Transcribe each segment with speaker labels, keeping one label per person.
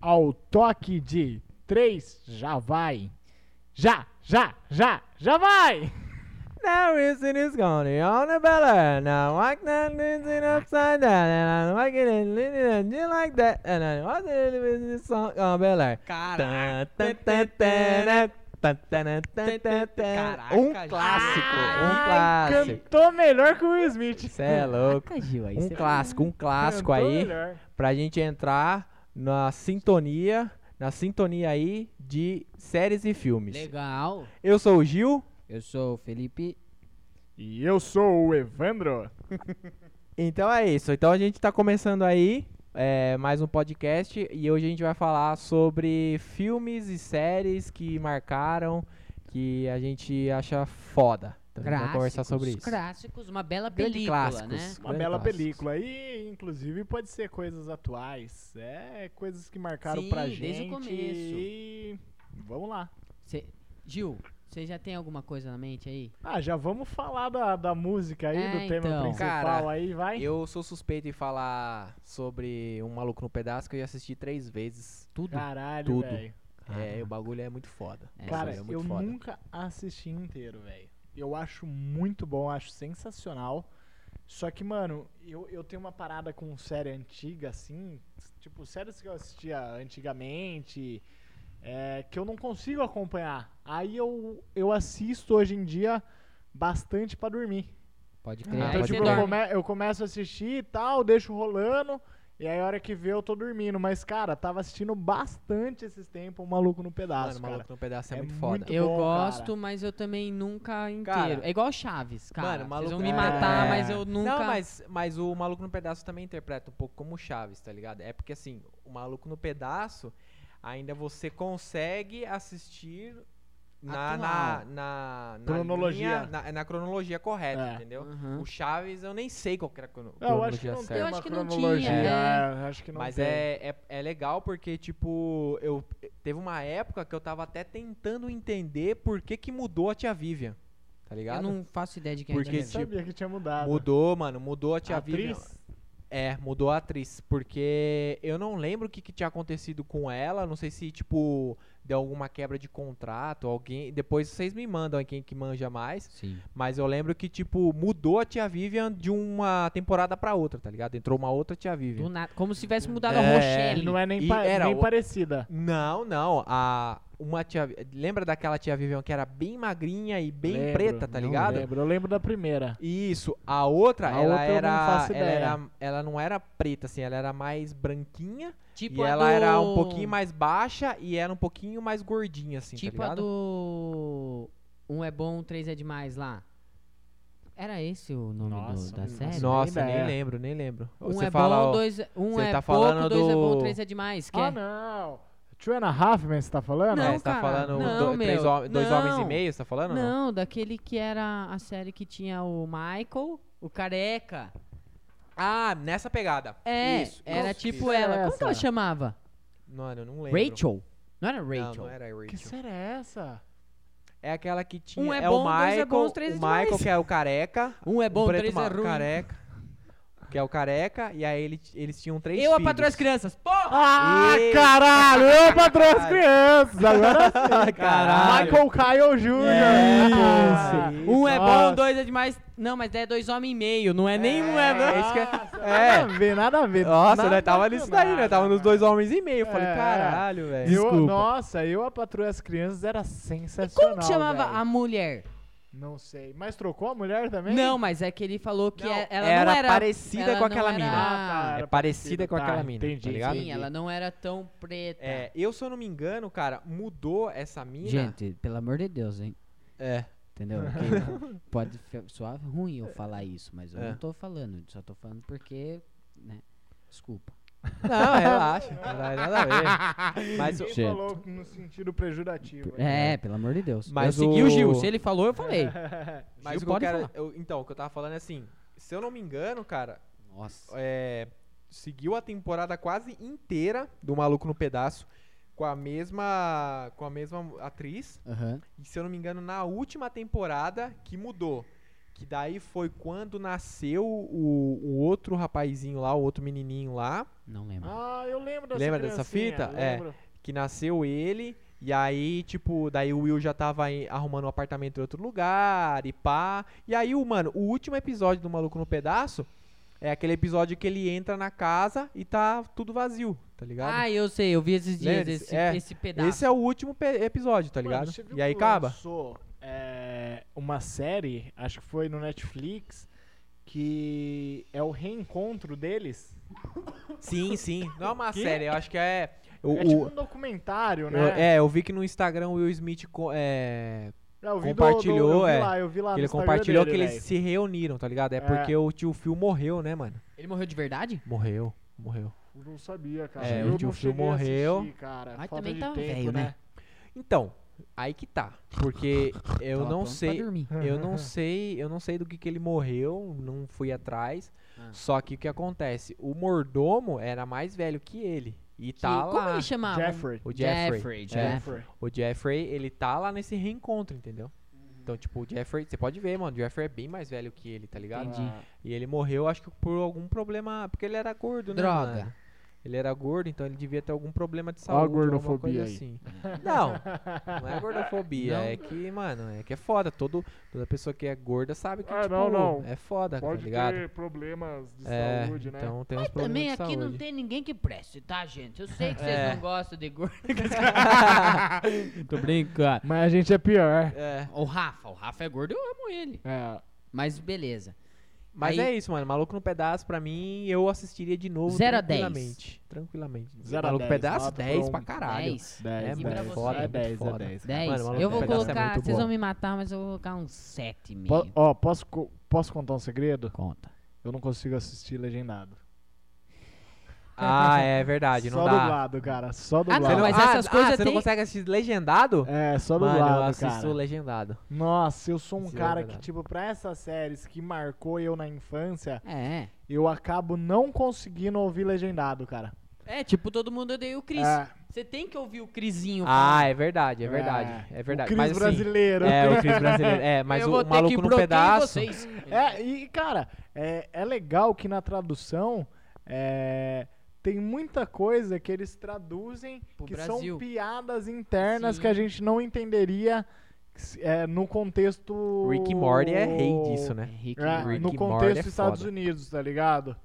Speaker 1: ao toque de 3, já vai. Já, já, já, já vai!
Speaker 2: Now racing is going on a bella. Now I can lose it upside down. And I'm walking and leaning and you like that. And I was a little bit this song on bella.
Speaker 3: Caraca.
Speaker 2: Caraca, um
Speaker 3: Caraca,
Speaker 2: clássico, um
Speaker 1: Ai,
Speaker 2: clássico.
Speaker 1: Cantou melhor que o Will Smith.
Speaker 2: Você é louco.
Speaker 3: Caraca, Gil, aí
Speaker 2: Um
Speaker 3: cê- é
Speaker 2: clássico, um clássico
Speaker 1: Cantou
Speaker 2: aí.
Speaker 1: melhor.
Speaker 2: pra gente entrar na sintonia, na sintonia aí de séries e filmes.
Speaker 3: Legal.
Speaker 2: Eu sou o Gil
Speaker 3: Eu sou o Felipe.
Speaker 1: E eu sou o Evandro.
Speaker 2: Então é isso. Então a gente tá começando aí é, mais um podcast e hoje a gente vai falar sobre filmes e séries que marcaram, que a gente acha foda. Então a gente vai conversar sobre isso.
Speaker 3: Clássicos, uma bela
Speaker 2: Grande
Speaker 3: película,
Speaker 2: clássicos.
Speaker 3: né?
Speaker 1: Uma
Speaker 2: Grande
Speaker 1: bela
Speaker 2: clássico.
Speaker 1: película. E, inclusive, pode ser coisas atuais. É, coisas que marcaram
Speaker 3: Sim,
Speaker 1: pra gente.
Speaker 3: desde o começo.
Speaker 1: E vamos lá.
Speaker 3: Cê- Gil, você já tem alguma coisa na mente aí?
Speaker 1: Ah, já vamos falar da, da música aí,
Speaker 3: É,
Speaker 1: do tema
Speaker 3: então.
Speaker 1: principal
Speaker 2: Cara,
Speaker 1: aí, vai.
Speaker 2: Eu sou suspeito em falar sobre Um Maluco no Pedaço que eu já assisti três vezes.
Speaker 3: Tudo?
Speaker 1: Caralho,
Speaker 2: tudo.
Speaker 1: velho.
Speaker 2: É, o bagulho é muito foda.
Speaker 3: É,
Speaker 1: Cara,
Speaker 2: O bagulho é muito
Speaker 1: eu
Speaker 2: foda.
Speaker 1: nunca assisti inteiro, velho. Eu acho muito bom, acho sensacional. Só que, mano, eu, eu tenho uma parada com série antiga, assim. Tipo, séries que eu assistia antigamente, é, que eu não consigo acompanhar. Aí eu, eu assisto hoje em dia bastante pra dormir.
Speaker 3: Pode crer.
Speaker 2: Ah,
Speaker 1: então,
Speaker 3: aí
Speaker 2: pode
Speaker 3: você
Speaker 1: tipo,
Speaker 2: crer.
Speaker 1: eu,
Speaker 3: dorme.
Speaker 1: come- eu começo a assistir e tal, deixo rolando. E aí, a hora que vê, eu tô dormindo. Mas, cara, tava assistindo bastante esses tempos, o Maluco no Pedaço,
Speaker 2: Mano,
Speaker 1: cara.
Speaker 2: Maluco no Pedaço é,
Speaker 1: É
Speaker 2: muito foda.
Speaker 1: muito
Speaker 3: Eu
Speaker 1: bom,
Speaker 3: gosto,
Speaker 1: cara.
Speaker 3: mas eu também nunca inteiro.
Speaker 2: Cara,
Speaker 3: é igual Chaves, cara.
Speaker 2: Mano,
Speaker 3: Vocês
Speaker 2: maluco
Speaker 3: vão
Speaker 2: no
Speaker 3: me
Speaker 1: Pedaço.
Speaker 3: matar,
Speaker 1: É.
Speaker 3: mas eu nunca...
Speaker 2: Não, mas, mas o Maluco no Pedaço também interpreta um pouco como o Chaves, tá ligado? É porque assim, o Maluco no Pedaço ainda você consegue assistir na, na,
Speaker 3: Atual.
Speaker 2: na, na
Speaker 1: Cronologia.
Speaker 2: linha- na, na cronologia correta,
Speaker 1: É.
Speaker 2: entendeu?
Speaker 3: Uhum.
Speaker 2: O Chaves eu nem sei qual que era a crono-
Speaker 1: É, eu acho que
Speaker 2: cronologia
Speaker 1: não
Speaker 2: certa.
Speaker 1: tem
Speaker 3: Eu
Speaker 1: uma
Speaker 3: acho que não
Speaker 1: cronologia.
Speaker 3: tinha,
Speaker 1: É, eu acho que não
Speaker 2: né? Mas
Speaker 1: tem.
Speaker 2: é, é, é legal porque, tipo, eu teve uma época que eu tava até tentando entender por que, que mudou a tia Vivian, tá
Speaker 3: Eu
Speaker 2: ligado?
Speaker 3: não faço ideia de quem
Speaker 2: Porque,
Speaker 3: é.
Speaker 1: Eu
Speaker 3: Daniel.
Speaker 2: tipo,
Speaker 1: sabia que tinha mudado.
Speaker 2: Mudou, mano, mudou a tia Vivian.
Speaker 1: Atriz?
Speaker 2: É, mudou a atriz, porque eu não lembro o que, que tinha acontecido com ela, não sei se, tipo, deu alguma quebra de contrato, alguém, depois vocês me mandam aí quem que manja mais,
Speaker 3: Sim.
Speaker 2: mas eu lembro que, tipo, mudou a tia Vivian de uma temporada pra outra, tá ligado? Entrou uma outra tia
Speaker 3: Do
Speaker 2: Vivian.
Speaker 3: nada. Como se tivesse mudado a
Speaker 2: É,
Speaker 1: Ele
Speaker 3: Rochelle.
Speaker 1: não é nem,
Speaker 2: E
Speaker 1: pa-
Speaker 2: era
Speaker 1: nem
Speaker 2: o-
Speaker 1: parecida.
Speaker 2: Não, não, a... Uma tia... Lembra daquela tia Vivian que era bem magrinha e bem
Speaker 1: Lembro,
Speaker 2: preta, tá
Speaker 1: não
Speaker 2: ligado?
Speaker 1: lembro, eu lembro da primeira.
Speaker 2: Isso, a outra,
Speaker 1: A
Speaker 2: ela
Speaker 1: outra eu não
Speaker 2: era,
Speaker 1: faço
Speaker 2: ela
Speaker 1: ideia.
Speaker 2: era, ela não era preta assim, ela era mais branquinha
Speaker 3: Tipo
Speaker 2: e
Speaker 3: a
Speaker 2: ela
Speaker 3: do-
Speaker 2: era um pouquinho mais baixa e era um pouquinho mais gordinha, assim,
Speaker 3: Tipo
Speaker 2: tá
Speaker 3: a
Speaker 2: ligado?
Speaker 3: do... Um é bom, três é demais lá. Era esse o nome do-
Speaker 1: Nossa,
Speaker 3: da
Speaker 1: nossa.
Speaker 3: série?
Speaker 2: Nossa,
Speaker 1: Ainda
Speaker 2: nem
Speaker 1: é.
Speaker 2: lembro, nem lembro.
Speaker 3: Um
Speaker 2: você
Speaker 3: é
Speaker 2: fala,
Speaker 3: bom,
Speaker 2: ó,
Speaker 3: dois é- um
Speaker 2: você
Speaker 3: é
Speaker 2: tá
Speaker 3: pouco,
Speaker 2: falando
Speaker 3: dois é bom,
Speaker 2: do-
Speaker 3: três é demais. Que
Speaker 1: Ah,
Speaker 3: é-
Speaker 1: não. Two and a Half Men, você tá falando?
Speaker 3: Não,
Speaker 2: é, você tá
Speaker 3: cara,
Speaker 2: falando
Speaker 3: não,
Speaker 2: do- três
Speaker 3: meu,
Speaker 2: hom- dois
Speaker 3: não.
Speaker 2: homens e meio, você tá falando? ou Não.
Speaker 3: Não, daquele que era a série que tinha o Michael, o careca.
Speaker 2: Ah, nessa pegada.
Speaker 3: É,
Speaker 2: Isso,
Speaker 3: era
Speaker 2: isso,
Speaker 3: tipo
Speaker 2: isso.
Speaker 1: é
Speaker 3: ela. Como que
Speaker 1: essa?
Speaker 3: ela chamava?
Speaker 2: Mano, eu não lembro.
Speaker 3: Rachel. Não era Rachel.
Speaker 2: Não, não era Rachel.
Speaker 1: Que série é essa?
Speaker 2: É aquela que tinha.
Speaker 3: Um é
Speaker 2: o
Speaker 3: bom, dois é
Speaker 2: Michael,
Speaker 3: bons, três é
Speaker 2: o Michael
Speaker 3: demais.
Speaker 2: que é o careca.
Speaker 3: Um é bom,
Speaker 2: o preto
Speaker 3: três é
Speaker 2: ma-
Speaker 3: ruim.
Speaker 2: Careca. Que é o careca. E aí ele- eles tinham três
Speaker 3: Eu, a
Speaker 2: filhos.
Speaker 3: patroa as crianças. Porra!
Speaker 1: Ah,
Speaker 2: Eita,
Speaker 1: caralho! Eu patrão as crianças! Agora sim.
Speaker 2: Caralho. É,
Speaker 1: Michael Kyle Jr. Ah,
Speaker 2: Isso.
Speaker 3: Um é
Speaker 1: nossa.
Speaker 3: bom, dois é demais. Não, mas é dois homens e meio. Não é nem um é
Speaker 2: É,
Speaker 3: dois.
Speaker 2: isso que é-
Speaker 1: Nossa,
Speaker 2: é.
Speaker 1: Nada a ver, nada a ver.
Speaker 2: Nossa,
Speaker 1: Nada
Speaker 2: nós tava
Speaker 1: com
Speaker 2: nisso daí, nós
Speaker 1: nada,
Speaker 2: tava nos
Speaker 1: cara.
Speaker 2: dois homens e meio. Eu falei,
Speaker 1: É.
Speaker 2: caralho, velho.
Speaker 1: Eu- nossa, eu a Patrulha das Crianças era sensacional.
Speaker 3: Como que chamava
Speaker 1: velho.
Speaker 3: a mulher?
Speaker 1: Não sei. Mas trocou a mulher também?
Speaker 3: Não, mas é que ele falou que
Speaker 2: Não,
Speaker 3: é- ela
Speaker 2: era
Speaker 3: não era.
Speaker 2: parecida
Speaker 3: ela
Speaker 2: com aquela
Speaker 3: não
Speaker 2: mina.
Speaker 3: era-
Speaker 1: Ah,
Speaker 2: É
Speaker 1: Era
Speaker 2: parecida
Speaker 1: parecido,
Speaker 2: com
Speaker 1: tá,
Speaker 2: aquela mina,
Speaker 1: entendi,
Speaker 2: tá ligado?
Speaker 3: Sim, ela não era tão preta.
Speaker 2: É, eu, se eu não me engano, cara, mudou essa mina.
Speaker 3: Gente, pelo amor de Deus, hein?
Speaker 2: É.
Speaker 3: Entendeu? Porque pode fe- soar ruim eu falar isso, mas eu
Speaker 2: É.
Speaker 3: não tô falando. Só tô falando porque, né? Desculpa.
Speaker 2: Não, relaxa. Não dá nada a ver. Mas,
Speaker 1: Quem
Speaker 2: o-
Speaker 3: Gente.
Speaker 1: falou no sentido né? prejudicativo.
Speaker 3: É, pelo amor de Deus.
Speaker 2: Mas
Speaker 3: eu segui o...
Speaker 2: o-
Speaker 3: Gil. Se ele falou, eu falei.
Speaker 2: mas o que eu
Speaker 3: pode
Speaker 2: quero.
Speaker 3: falar.
Speaker 2: eu- então, o que eu tava falando é assim. Se eu não me engano, cara,
Speaker 3: Nossa.
Speaker 2: é, seguiu a temporada quase inteira do Maluco no Pedaço com a mesma com a mesma atriz.
Speaker 3: Aham.
Speaker 2: E se eu não me engano, na última temporada que mudou. Que daí foi quando nasceu o, o outro rapazinho lá, o outro menininho lá,
Speaker 3: Não lembro.
Speaker 1: Ah, eu lembro dessa
Speaker 2: Lembra dessa
Speaker 1: criancinha,
Speaker 2: fita? É.
Speaker 1: lembro.
Speaker 2: que nasceu ele. E aí, tipo, daí o Will já tava aí arrumando um apartamento em outro lugar e pá. E aí, o mano, o último episódio do Maluco no Pedaço é aquele episódio que ele entra na casa e tá tudo vazio, tá ligado?
Speaker 3: Ah, eu sei, eu vi esses dias
Speaker 2: Lembra?
Speaker 3: esse,
Speaker 2: É,
Speaker 3: esse pedaço.
Speaker 2: Esse é o último pe- episódio, tá
Speaker 1: Mano,
Speaker 2: ligado?
Speaker 1: você viu
Speaker 2: e aí
Speaker 1: que
Speaker 2: acaba.
Speaker 1: lançou, é, uma série, acho que foi no Netflix, que é o reencontro deles.
Speaker 2: Sim, sim. Não é uma
Speaker 1: Quê?
Speaker 2: série, eu acho que é. O,
Speaker 1: é tipo
Speaker 2: o-
Speaker 1: um documentário,
Speaker 2: eu-
Speaker 1: né?
Speaker 2: é, eu vi que no Instagram o Will Smith co- é,
Speaker 1: eu vi do-
Speaker 2: compartilhou,
Speaker 1: do- eu vi
Speaker 2: é,
Speaker 1: lá, eu vi lá
Speaker 2: que
Speaker 1: no
Speaker 2: ele
Speaker 1: Instagram
Speaker 2: compartilhou
Speaker 1: dele,
Speaker 2: que
Speaker 1: velho.
Speaker 2: eles se reuniram, tá ligado? É,
Speaker 1: É.
Speaker 2: porque o tio Phil morreu, né, mano?
Speaker 3: Ele morreu de verdade?
Speaker 2: Morreu, morreu.
Speaker 1: Eu Não sabia, cara.
Speaker 2: É,
Speaker 1: eu
Speaker 2: o
Speaker 1: não
Speaker 2: tio Phil
Speaker 1: cheguei a
Speaker 2: morreu.
Speaker 1: assistir, cara.
Speaker 3: Mas
Speaker 1: Falta
Speaker 3: também
Speaker 1: de
Speaker 3: tava
Speaker 1: tempo,
Speaker 3: velho, né?
Speaker 2: Então, aí que tá. Porque eu
Speaker 3: Tava
Speaker 2: não
Speaker 3: pronto pra
Speaker 2: sei.
Speaker 3: dormir.
Speaker 2: Eu não sei, eu não sei do que, que ele morreu, não fui atrás.
Speaker 3: Ah.
Speaker 2: Só que o que acontece? O mordomo era mais velho que ele. E
Speaker 3: Que-
Speaker 2: tá
Speaker 3: Como
Speaker 2: lá.
Speaker 3: ele chamava?
Speaker 1: Jeffrey.
Speaker 2: O Jeffrey.
Speaker 3: Jeffrey,
Speaker 2: É.
Speaker 3: Jeffrey.
Speaker 2: O Jeffrey, ele tá lá nesse reencontro, entendeu?
Speaker 3: Uhum.
Speaker 2: Então, tipo, o Jeffrey, você pode ver, mano, o Jeffrey é bem mais velho que ele, tá ligado?
Speaker 3: Entendi.
Speaker 1: Ah,
Speaker 2: E ele morreu, acho que por algum problema, porque ele era gordo, né?
Speaker 3: Droga.
Speaker 2: mano? Ele era gordo, então ele devia ter algum problema de
Speaker 1: Ó a
Speaker 2: saúde, alguma
Speaker 1: gordofobia
Speaker 2: coisa
Speaker 1: aí.
Speaker 2: assim. Não, não é gordofobia,
Speaker 3: Não.
Speaker 2: é que, mano, é que é foda. Todo, toda pessoa que é gorda sabe que,
Speaker 1: É,
Speaker 2: tipo,
Speaker 1: não, não.
Speaker 2: é foda, tá
Speaker 1: Pode
Speaker 2: ligado?
Speaker 1: ter problemas de
Speaker 2: é,
Speaker 1: saúde, né?
Speaker 2: então tem uns
Speaker 3: Mas
Speaker 2: problemas
Speaker 3: também
Speaker 2: de
Speaker 3: aqui
Speaker 2: saúde.
Speaker 3: não tem ninguém que preste, tá, gente? Eu sei que vocês
Speaker 2: É.
Speaker 3: não gostam de gordo. Tô brincando.
Speaker 1: Mas a gente é pior.
Speaker 2: É.
Speaker 3: O Rafa, o Rafa é gordo, eu amo ele.
Speaker 1: É.
Speaker 3: Mas beleza.
Speaker 2: Mas
Speaker 3: Aí-
Speaker 2: é isso, mano. Maluco no Pedaço, pra mim, eu assistiria de novo
Speaker 3: Zero a dez.
Speaker 2: tranquilamente. Tranquilamente.
Speaker 1: Zero a
Speaker 2: Maluco no
Speaker 1: dez,
Speaker 2: Pedaço,
Speaker 1: nota
Speaker 2: 10
Speaker 1: pra
Speaker 2: pra
Speaker 1: um.
Speaker 2: caralho.
Speaker 3: 10.
Speaker 2: É,
Speaker 3: E
Speaker 1: 10,
Speaker 3: pra
Speaker 1: 10.
Speaker 3: você?
Speaker 1: É 10, é
Speaker 2: Foda.
Speaker 1: 10.
Speaker 3: 10.
Speaker 2: Mano, Maluco no
Speaker 3: eu vou
Speaker 2: Pedaço é
Speaker 3: colocar,
Speaker 2: muito
Speaker 3: vocês
Speaker 2: bom.
Speaker 3: vão me matar, mas eu vou colocar um 7,5.
Speaker 1: Po- Ó, posso, co- posso contar um segredo?
Speaker 3: Conta.
Speaker 1: Eu não consigo assistir legendado.
Speaker 2: Ah, é verdade, não
Speaker 1: só
Speaker 2: dá.
Speaker 1: dublado, cara. Só
Speaker 3: não,
Speaker 1: dublado.
Speaker 2: Você
Speaker 3: mas
Speaker 2: ah,
Speaker 3: essas
Speaker 2: ah,
Speaker 3: coisas
Speaker 2: você não
Speaker 3: tem-
Speaker 2: consegue assistir legendado?
Speaker 1: É, só
Speaker 2: mano, eu
Speaker 1: dublado,
Speaker 2: assisto
Speaker 1: cara.
Speaker 2: legendado.
Speaker 1: Nossa, eu sou um
Speaker 2: Sim, é
Speaker 1: cara que,
Speaker 2: verdade.
Speaker 1: tipo, pra essas séries que marcou eu na infância,
Speaker 3: É.
Speaker 1: eu acabo não conseguindo ouvir legendado, cara.
Speaker 3: É, tipo, todo mundo odeia o Cris.
Speaker 1: É,
Speaker 3: Você tem que ouvir o Crisinho.
Speaker 2: Ah, é verdade, é verdade. É,
Speaker 1: O
Speaker 2: verdade.
Speaker 1: Cris
Speaker 2: mas assim,
Speaker 1: brasileiro.
Speaker 2: É, o Cris brasileiro. É, mas o maluco no pedaço.
Speaker 3: Vocês.
Speaker 1: É, e cara, é, é legal que na tradução é, tem muita coisa que eles traduzem
Speaker 3: Pro
Speaker 1: que
Speaker 3: Brasil.
Speaker 1: são piadas internas
Speaker 3: Sim.
Speaker 1: que a gente não entenderia se- é, no contexto.
Speaker 2: Rick e Morty é rei disso, né?
Speaker 3: Henrique,
Speaker 1: É,
Speaker 2: Rick
Speaker 1: no
Speaker 2: e Morty
Speaker 1: contexto
Speaker 2: é
Speaker 1: dos Estados
Speaker 2: foda.
Speaker 1: Unidos, tá ligado?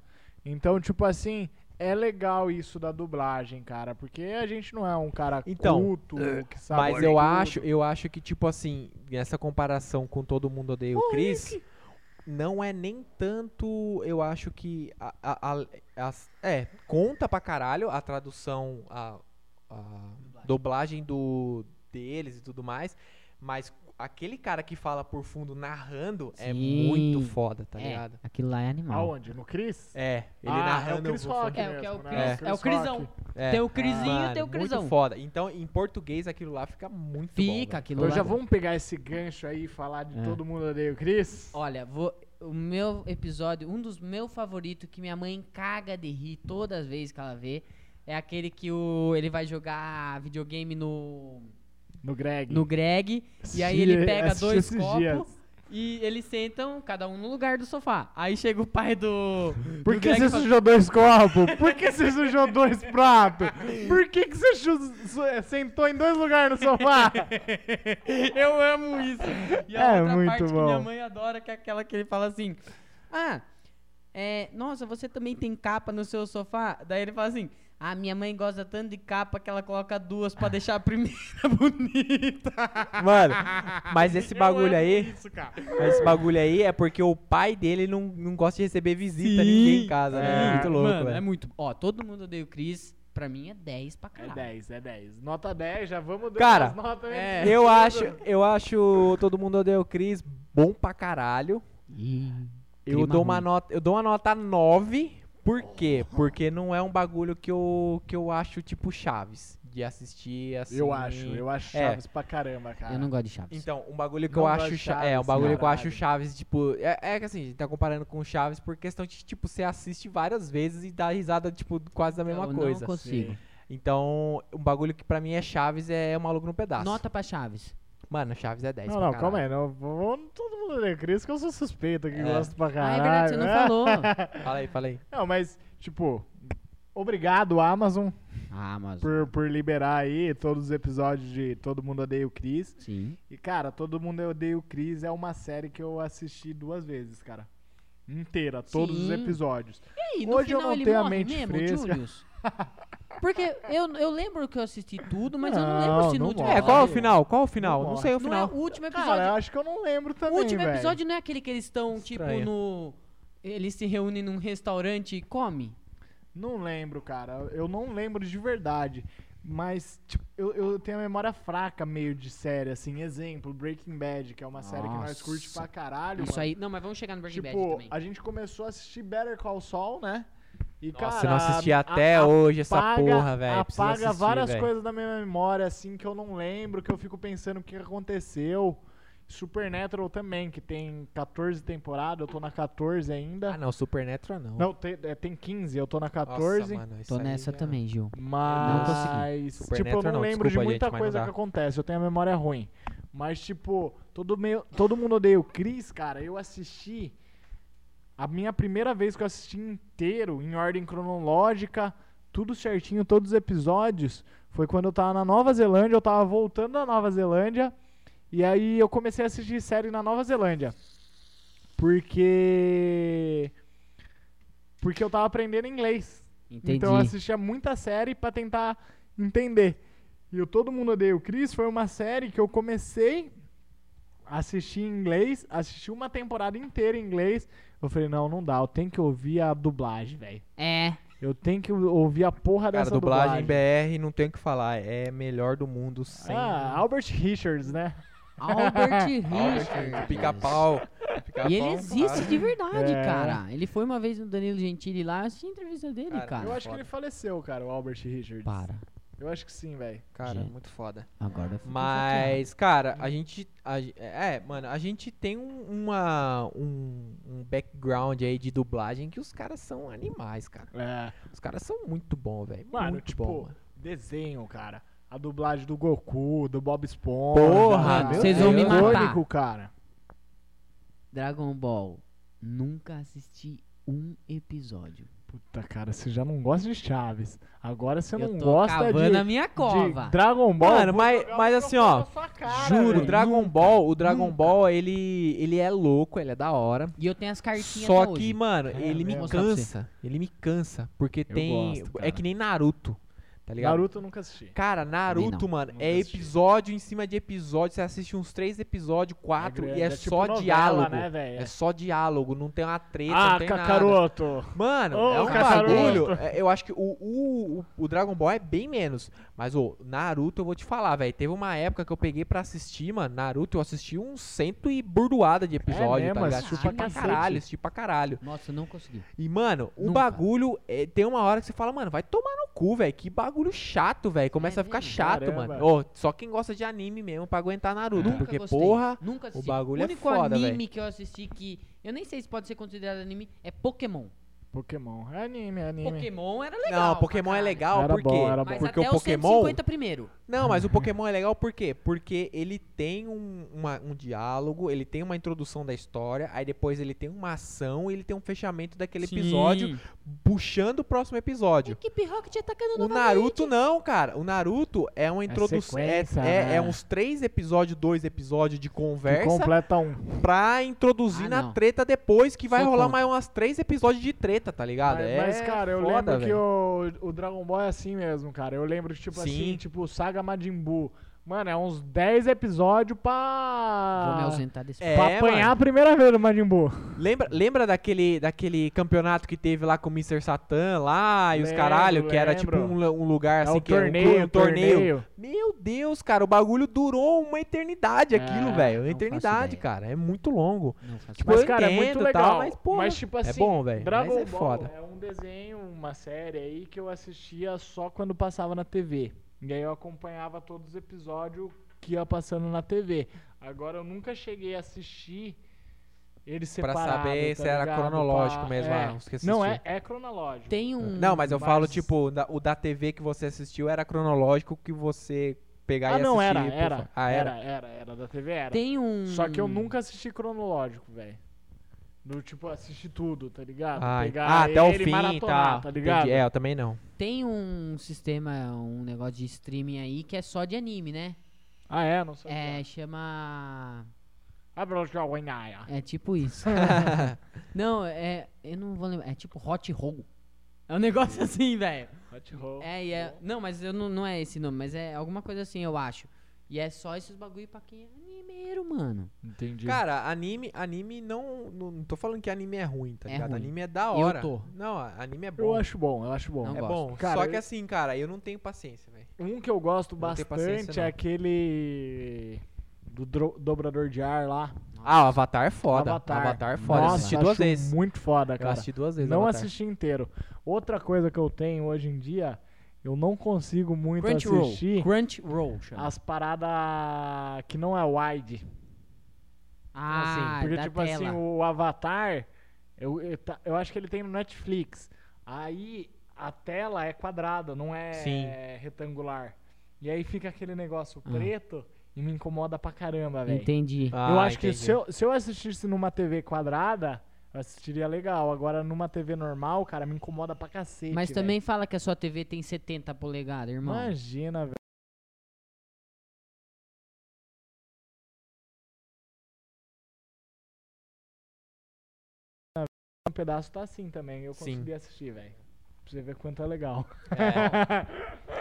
Speaker 1: Então, tipo assim, é legal isso da dublagem, cara, porque a gente não é um cara
Speaker 2: Então,
Speaker 1: culto, que sabe
Speaker 2: Mas
Speaker 1: tudo.
Speaker 2: eu acho, eu acho que, tipo assim, essa comparação com todo mundo odeia o Chris, não é nem tanto, eu acho que. a- a- a- as- é, conta pra caralho a tradução, a, a dublagem do, deles e tudo mais. Mas aquele cara que fala por fundo narrando é
Speaker 3: Sim.
Speaker 2: muito foda, tá
Speaker 3: é,
Speaker 2: ligado?
Speaker 3: aquilo lá é animal.
Speaker 1: Aonde? No Chris?
Speaker 2: É, ele
Speaker 1: Ah,
Speaker 2: narrando.
Speaker 1: é o Chris
Speaker 2: por fundo.
Speaker 1: Rock
Speaker 3: É, o
Speaker 1: mesmo,
Speaker 3: que é o
Speaker 1: né?
Speaker 2: Chris-
Speaker 3: é o Crisão.
Speaker 1: Rock.
Speaker 2: É.
Speaker 3: Tem o Crisinho
Speaker 2: Mano,
Speaker 3: e tem o
Speaker 2: muito
Speaker 3: Crisão.
Speaker 2: foda. Então, em português, aquilo lá fica muito bom,
Speaker 3: Fica
Speaker 2: velho.
Speaker 3: aquilo
Speaker 1: Eu
Speaker 3: lá.
Speaker 1: já vamos pegar esse gancho aí e falar de
Speaker 3: É.
Speaker 1: todo mundo odeia o Chris?
Speaker 3: Olha, vou- o meu episódio, um dos meus favoritos, que minha mãe caga de rir todas as vezes que ela vê, é aquele que o, ele vai jogar videogame no,
Speaker 1: No Greg.
Speaker 3: no Greg, e
Speaker 1: Assisti-
Speaker 3: aí ele pega
Speaker 1: assisti
Speaker 3: dois
Speaker 1: esses
Speaker 3: copos
Speaker 1: dias.
Speaker 3: e eles sentam, cada um no lugar do sofá. Aí chega o pai do.
Speaker 1: Por
Speaker 3: do
Speaker 1: que
Speaker 3: Greg
Speaker 1: você
Speaker 3: e fala,
Speaker 1: sujou dois copos? Por que você sujou dois pratos? Por que, que você chu- su- é, sentou em dois lugares no sofá?
Speaker 3: Eu amo isso. E a
Speaker 1: É
Speaker 3: outra
Speaker 1: muito
Speaker 3: parte que
Speaker 1: bom.
Speaker 3: minha mãe adora, que é aquela que ele fala assim: Ah, é, nossa, você também tem capa no seu sofá? Daí ele fala assim: Ah, minha mãe gosta tanto de capa que ela coloca duas pra deixar a primeira bonita.
Speaker 2: Mano, mas esse
Speaker 3: Eu
Speaker 2: bagulho
Speaker 3: amo
Speaker 2: aí,
Speaker 3: Isso, cara.
Speaker 2: mas esse bagulho aí é porque o pai dele não, não gosta de receber visita,
Speaker 3: Sim.
Speaker 2: ninguém em casa, né? É
Speaker 1: É.
Speaker 2: muito louco,
Speaker 3: Mano,
Speaker 2: velho.
Speaker 3: é muito. Ó, todo mundo odeia o Chris. Pra mim é 10 pra
Speaker 1: É
Speaker 3: caralho.
Speaker 1: 10, é 10. Nota 10, já vamos dando
Speaker 2: Cara,
Speaker 1: as notas.
Speaker 3: é.
Speaker 1: hein?
Speaker 2: Eu acho, eu acho todo mundo odeia o Chris bom pra caralho.
Speaker 3: Ih,
Speaker 2: Eu
Speaker 3: clima
Speaker 2: dou uma
Speaker 3: ruim.
Speaker 2: nota, eu dou uma nota 9. Por quê? Porque não é um bagulho que eu que eu acho tipo Chaves de assistir assim.
Speaker 1: Eu acho, eu acho
Speaker 2: É.
Speaker 1: chaves pra caramba, cara.
Speaker 3: Eu não gosto de Chaves.
Speaker 2: Então, um bagulho que
Speaker 1: Não
Speaker 2: eu
Speaker 1: gosto
Speaker 2: acho
Speaker 1: de
Speaker 2: cha- é, um
Speaker 1: Chaves,
Speaker 2: bagulho que eu
Speaker 1: caralho.
Speaker 2: acho Chaves, tipo, é, é que assim, a gente tá comparando com Chaves por questão de tipo você assiste várias vezes e dá risada tipo quase da mesma
Speaker 3: eu
Speaker 2: coisa.
Speaker 3: não consigo.
Speaker 2: Então, um bagulho que pra mim é Chaves é o maluco no pedaço.
Speaker 3: Nota pra Chaves.
Speaker 2: Mano, Chaves é 10.
Speaker 1: Não,
Speaker 2: pra
Speaker 1: não,
Speaker 2: caralho.
Speaker 1: calma aí. Não, vamos todo mundo ler Cris, que eu sou suspeito, que
Speaker 2: É.
Speaker 1: gosto pra
Speaker 3: Ah,
Speaker 1: caralho. né?
Speaker 3: é verdade, você não falou.
Speaker 2: Fala aí, fala aí.
Speaker 1: Não, mas, tipo, obrigado, Amazon,
Speaker 3: Ah, mas.
Speaker 1: por, por liberar aí todos os episódios de Todo Mundo Odeia o Cris.
Speaker 3: Sim.
Speaker 1: E, cara, Todo Mundo Odeia o Cris é uma série que eu assisti duas vezes, cara. Inteira, todos os
Speaker 3: Sim.
Speaker 1: episódios.
Speaker 3: E aí, no
Speaker 1: Hoje eu
Speaker 3: final
Speaker 1: não
Speaker 3: ele
Speaker 1: tenho a
Speaker 3: morre
Speaker 1: mente
Speaker 3: mesmo,
Speaker 1: fresca.
Speaker 3: Julius? Porque eu, eu lembro que eu assisti tudo, mas eu não
Speaker 1: Não,
Speaker 3: lembro se no
Speaker 1: não
Speaker 3: último
Speaker 1: morre.
Speaker 2: É, qual é o
Speaker 3: episódio-
Speaker 2: final? Qual é o final?
Speaker 1: Não
Speaker 2: Não sei o
Speaker 3: Não
Speaker 2: final.
Speaker 3: é o último episódio.
Speaker 1: Cara, eu acho que eu não lembro
Speaker 3: o
Speaker 1: também,
Speaker 3: último
Speaker 1: velho.
Speaker 3: episódio não é aquele que eles estão, tipo,
Speaker 2: Estranho.
Speaker 3: no. Eles se reúnem num restaurante e comem?
Speaker 1: Não lembro, cara. Eu não lembro de verdade. Mas, tipo, eu, eu tenho a memória fraca meio de série, assim. Exemplo, Breaking Bad, que é uma série que nós
Speaker 3: Nossa.
Speaker 1: curte pra caralho,
Speaker 3: Isso
Speaker 1: mano.
Speaker 3: aí. Não, mas vamos chegar no Breaking Bad
Speaker 1: Tipo,
Speaker 3: também.
Speaker 1: a gente começou a assistir Better Call Saul, né? E,
Speaker 2: Nossa,
Speaker 1: cara,
Speaker 2: eu não assisti
Speaker 1: a-
Speaker 2: até
Speaker 1: a-
Speaker 2: hoje essa
Speaker 1: apaga-
Speaker 2: porra, velho. Preciso
Speaker 1: Apaga
Speaker 2: assistir,
Speaker 1: várias
Speaker 2: velho.
Speaker 1: coisas da minha memória, assim, que eu não lembro, que eu fico pensando o que aconteceu. Supernatural também, que tem 14 temporadas, eu tô na 14 ainda.
Speaker 2: Ah, não, Supernatural não.
Speaker 1: Não, tem, é, tem 15, eu tô na
Speaker 2: Nossa,
Speaker 1: 14.
Speaker 2: mano, isso
Speaker 3: Tô
Speaker 2: aí é
Speaker 3: nessa
Speaker 1: é.
Speaker 2: já-
Speaker 3: também, Gil.
Speaker 1: Mas, tipo, eu
Speaker 2: consegui. Supernatural
Speaker 1: não,
Speaker 2: não,
Speaker 1: lembro de
Speaker 2: desculpa,
Speaker 1: muita
Speaker 2: gente, mas não
Speaker 1: coisa
Speaker 2: dá.
Speaker 1: que acontece, eu tenho a memória ruim. Mas, tipo, todo, meio, todo mundo odeia o Chris, cara. Eu assisti. A minha primeira vez que eu assisti inteiro, em ordem cronológica, tudo certinho, todos os episódios, foi quando eu tava na Nova Zelândia, eu tava voltando da Nova Zelândia, e aí eu comecei a assistir série na Nova Zelândia. Porque. Porque eu tava aprendendo inglês.
Speaker 3: Entendi.
Speaker 1: Então eu assistia muita série pra tentar entender. E o Todo Mundo Odeia o Chris foi uma série que eu comecei a assistir em inglês, assisti uma temporada inteira em inglês. Eu falei, não, não dá, eu tenho que ouvir a dublagem, velho.
Speaker 3: É.
Speaker 1: Eu tenho que ouvir a porra
Speaker 2: Cara,
Speaker 1: dessa
Speaker 2: dublagem
Speaker 1: dublagem.
Speaker 2: BR não tem o que falar. É melhor do mundo sem.
Speaker 1: Ah, Albert Richards, né?
Speaker 3: Albert
Speaker 2: O
Speaker 3: Richards.
Speaker 2: pica-pau. O pica-pau,
Speaker 3: E ele existe de verdade,
Speaker 1: É.
Speaker 3: cara. Ele foi uma vez no Danilo Gentili lá, eu assisti a entrevista dele,
Speaker 2: Cara,
Speaker 3: cara.
Speaker 1: Eu acho que
Speaker 2: foda.
Speaker 1: ele faleceu, cara, o Albert Richards.
Speaker 3: Ah, Para.
Speaker 1: Eu acho que sim, velho.
Speaker 2: Cara, é
Speaker 3: Gente.
Speaker 2: muito foda.
Speaker 3: Agora eu fiquei chateado.
Speaker 2: Mas, cara, a gente. a ge- é, mano, a gente tem um, uma, um, um background aí de dublagem que os caras são animais, cara.
Speaker 1: É.
Speaker 2: Os caras são muito bons, velho.
Speaker 1: Mano,
Speaker 2: muito
Speaker 1: tipo,
Speaker 2: bom, mano.
Speaker 1: desenho, cara. A dublagem do Goku, do Bob Esponja.
Speaker 2: Porra,
Speaker 1: meu
Speaker 2: vocês vão me
Speaker 1: Deus.
Speaker 3: matar.
Speaker 1: Icônico, cara.
Speaker 3: Dragon Ball. Nunca assisti um episódio.
Speaker 1: Puta, cara, você já não gosta de Chaves. Agora
Speaker 2: Então
Speaker 1: você
Speaker 3: eu
Speaker 1: não
Speaker 3: tô
Speaker 1: gosta
Speaker 3: cavando
Speaker 1: de,
Speaker 3: a minha
Speaker 1: de
Speaker 3: cova.
Speaker 1: Dragon Ball.
Speaker 2: Mano, mas,
Speaker 1: um
Speaker 2: mas assim, ó. Juro,
Speaker 1: Juro, Dragon
Speaker 2: o Dragon Ball, tá o Dragon Ball, ele, ele é louco, ele é da hora.
Speaker 3: E eu tenho as cartinhas
Speaker 2: Só
Speaker 3: até
Speaker 2: que,
Speaker 3: hoje.
Speaker 2: mano,
Speaker 1: É
Speaker 2: ele me
Speaker 1: mesmo?
Speaker 3: Vou mostrar pra
Speaker 2: cansa. Ele me cansa. Porque
Speaker 1: Eu
Speaker 2: tem.
Speaker 1: gosto, cara.
Speaker 2: é que nem Naruto. Tá ligado?
Speaker 1: Naruto eu nunca assisti.
Speaker 2: Cara, Naruto, mano,
Speaker 1: Nunca
Speaker 2: é
Speaker 1: assisti.
Speaker 2: episódio em cima de episódio. Você assiste uns três episódios, quatro,
Speaker 1: grande,
Speaker 2: e é,
Speaker 1: tipo
Speaker 2: só
Speaker 1: novela,
Speaker 2: diálogo.
Speaker 1: Né, velho?
Speaker 2: É só diálogo, não tem uma treta, não
Speaker 1: ah,
Speaker 2: tem nada.
Speaker 1: Kakaroto.
Speaker 2: Mano,
Speaker 1: Ô,
Speaker 2: é um
Speaker 1: Kakaroto.
Speaker 2: bagulho. é, Eu acho que o, o, o- o Dragon Ball é bem menos. Mas o Naruto, eu vou te falar, velho. Teve uma época que eu peguei pra assistir, mano. Naruto, eu assisti uns cento e burdoada de episódio,
Speaker 1: É mesmo,
Speaker 2: tá ligado?
Speaker 1: assisti
Speaker 3: pra
Speaker 2: pra
Speaker 1: cacete.
Speaker 2: caralho, assisti pra caralho.
Speaker 3: Nossa, eu não consegui.
Speaker 2: E, mano, o
Speaker 3: Nunca.
Speaker 2: bagulho. é, tem uma hora que você fala, mano, vai tomar no cu, velho. Que bagulho chato, velho. Começa
Speaker 3: É
Speaker 2: a ficar
Speaker 3: mesmo?
Speaker 2: chato,
Speaker 1: Caramba.
Speaker 2: mano. Ô, só quem gosta de anime mesmo pra aguentar Naruto.
Speaker 1: Nunca
Speaker 2: Porque,
Speaker 3: gostei.
Speaker 2: porra.
Speaker 3: Nunca assisti.
Speaker 2: bagulho é
Speaker 3: único
Speaker 2: foda,
Speaker 3: anime
Speaker 2: véi.
Speaker 3: que eu assisti que. Eu nem sei se pode ser considerado anime, é Pokémon.
Speaker 1: Pokémon. É anime, é anime.
Speaker 3: Pokémon era legal.
Speaker 2: não, Pokémon
Speaker 3: pra
Speaker 2: é
Speaker 3: caralho.
Speaker 2: legal
Speaker 1: Era
Speaker 2: porque.
Speaker 1: bom, era bom.
Speaker 3: Mas
Speaker 2: Porque
Speaker 3: até
Speaker 2: o
Speaker 3: o
Speaker 2: Pokémon.
Speaker 3: 150 primeiro.
Speaker 2: Não, mas o Pokémon é legal por quê? Porque ele tem um, uma- um diálogo, ele tem uma introdução da história, aí depois ele tem uma ação e ele tem um fechamento daquele episódio, puxando o próximo episódio.
Speaker 3: Equipe Rocket atacando
Speaker 2: O
Speaker 3: novamente.
Speaker 2: Naruto não, cara. O Naruto é uma introdução. É,
Speaker 1: sequência,
Speaker 2: é-
Speaker 1: né?
Speaker 2: é uns três episódios, dois episódios de
Speaker 1: Que
Speaker 2: conversa
Speaker 1: completa um.
Speaker 2: pra introduzir
Speaker 3: Ah,
Speaker 2: na
Speaker 3: não.
Speaker 2: treta depois, que vai
Speaker 3: Sou
Speaker 2: rolar
Speaker 3: contra.
Speaker 2: mais umas três episódios de treta, tá ligado?
Speaker 1: Mas,
Speaker 2: é
Speaker 1: mas, cara, eu
Speaker 2: foda,
Speaker 1: lembro que
Speaker 2: velho.
Speaker 1: o, o Dragon Ball é assim mesmo, cara. Eu lembro que, tipo assim,
Speaker 2: Sim.
Speaker 1: tipo, Saga Majin Buu. Mano, é uns 10 episódios
Speaker 3: Vou me
Speaker 1: pra.
Speaker 3: ausentar desse
Speaker 2: É,
Speaker 1: pra apanhar
Speaker 2: mano.
Speaker 1: a primeira vez do Majin Buu.
Speaker 2: Lembra, lembra daquele, daquele campeonato que teve lá com o Mr. Satan lá e os
Speaker 1: Lembro,
Speaker 2: caralho, que era tipo
Speaker 1: lembro.
Speaker 2: um, lu- um lugar
Speaker 1: é
Speaker 2: assim
Speaker 1: o
Speaker 2: que era
Speaker 1: torneio,
Speaker 2: um torneio. Meu Deus, cara, o bagulho durou uma eternidade aquilo,
Speaker 1: É,
Speaker 2: velho. Uma
Speaker 3: não faço
Speaker 2: eternidade,
Speaker 3: ideia.
Speaker 2: cara. É muito longo.
Speaker 3: Não faço
Speaker 2: Tipo,
Speaker 1: Mas,
Speaker 2: eu
Speaker 1: cara, é muito
Speaker 2: entendo,
Speaker 1: legal.
Speaker 2: tal, mas, pô,
Speaker 1: tipo
Speaker 2: é
Speaker 1: assim,
Speaker 2: bom, velho, mas
Speaker 1: Dragon
Speaker 2: é
Speaker 1: Ball
Speaker 2: foda.
Speaker 1: é um desenho, uma série aí que eu assistia só quando passava na TV. E aí eu acompanhava todos os episódios que ia passando na TV. Agora eu nunca cheguei a assistir ele
Speaker 2: Pra
Speaker 1: separado.
Speaker 2: saber
Speaker 1: tá
Speaker 2: se era
Speaker 1: ligado?
Speaker 2: cronológico
Speaker 1: Pra-
Speaker 2: mesmo.
Speaker 1: é.
Speaker 2: ah, os que
Speaker 1: Não,
Speaker 2: assistiam.
Speaker 1: é, é cronológico.
Speaker 3: Tem um.
Speaker 2: Não, mas eu
Speaker 1: Mas-
Speaker 2: falo, tipo, da- o da TV que você assistiu era cronológico que você pegar
Speaker 1: Ah,
Speaker 2: e
Speaker 1: não,
Speaker 2: assistir.
Speaker 1: era,
Speaker 2: por
Speaker 1: era,
Speaker 2: fa- Ah, era.
Speaker 1: era. Era, era, da TV era.
Speaker 3: Tem um.
Speaker 1: Só que eu
Speaker 2: Hum.
Speaker 1: nunca assisti cronológico, velho. Do tipo, assistir tudo, tá ligado?
Speaker 2: Ah,
Speaker 1: Pegar
Speaker 2: ah, até o
Speaker 1: ele e
Speaker 2: fim e
Speaker 1: maratonar,
Speaker 2: tal.
Speaker 1: tá
Speaker 2: Entendi.
Speaker 1: ligado?
Speaker 2: É, eu também não.
Speaker 3: Tem um sistema, um negócio de streaming aí que é só de anime, né?
Speaker 1: Ah, é? Não sei.
Speaker 3: É, chama.
Speaker 1: Ah, pra jogar Naya.
Speaker 3: É tipo isso. não, é. Eu não vou lembrar. É tipo Hot Roll. É um negócio assim, velho.
Speaker 1: Hot roll.
Speaker 3: É, e é. Não, mas eu não, não é esse nome, mas é alguma coisa assim, eu acho. E é só esses bagulho pra quem é animeiro, mano.
Speaker 1: Entendi.
Speaker 2: Cara, anime, anime não, não. não tô falando que anime é ruim, tá
Speaker 3: É
Speaker 2: ligado?
Speaker 3: ruim.
Speaker 2: Anime é da
Speaker 3: Eu
Speaker 2: hora.
Speaker 3: tô.
Speaker 2: Não, a- anime é
Speaker 1: eu
Speaker 2: bom.
Speaker 1: acho bom, eu acho bom.
Speaker 3: Não
Speaker 2: é
Speaker 3: gosto.
Speaker 2: bom.
Speaker 1: Cara,
Speaker 2: Só
Speaker 1: eu-
Speaker 2: que assim, cara, eu não tenho paciência, velho.
Speaker 1: Um que eu gosto
Speaker 2: Não tem
Speaker 1: bastante
Speaker 2: paciência,
Speaker 1: é
Speaker 2: não.
Speaker 1: aquele do dro- dobrador de ar lá.
Speaker 2: Ah, o Avatar é foda.
Speaker 1: Avatar.
Speaker 2: é foda.
Speaker 1: Nossa,
Speaker 2: eu assisti duas
Speaker 1: acho
Speaker 2: vezes.
Speaker 1: Muito foda,
Speaker 2: Eu
Speaker 1: cara.
Speaker 2: assisti duas vezes.
Speaker 1: não
Speaker 2: Avatar.
Speaker 1: assisti inteiro. Outra coisa que eu tenho hoje em dia, eu não consigo muito
Speaker 3: Crunchyroll.
Speaker 1: assistir Ah,
Speaker 3: Crunchyroll chama.
Speaker 1: as paradas que não é wide.
Speaker 3: Ah,
Speaker 1: Porque,
Speaker 3: da
Speaker 1: tipo
Speaker 3: tela.
Speaker 1: assim, o Avatar, eu, eu, ta- eu acho que ele tem no Netflix. Aí a tela é quadrada, não é
Speaker 2: Sim.
Speaker 1: retangular. E aí fica aquele negócio preto e me incomoda pra caramba, velho.
Speaker 3: Ah. Entendi.
Speaker 2: Ah,
Speaker 1: eu acho que
Speaker 2: entendi.
Speaker 1: se eu, se eu assistisse numa TV quadrada, eu assistiria legal. Agora, numa TV normal, cara, me incomoda pra cacete.
Speaker 3: Mas
Speaker 1: velho.
Speaker 3: também fala que a sua TV tem 70 polegadas, irmão.
Speaker 1: Imagina, velho. Um pedaço tá assim também, eu
Speaker 2: Sim.
Speaker 1: consegui assistir, velho. Pra você ver quanto é legal.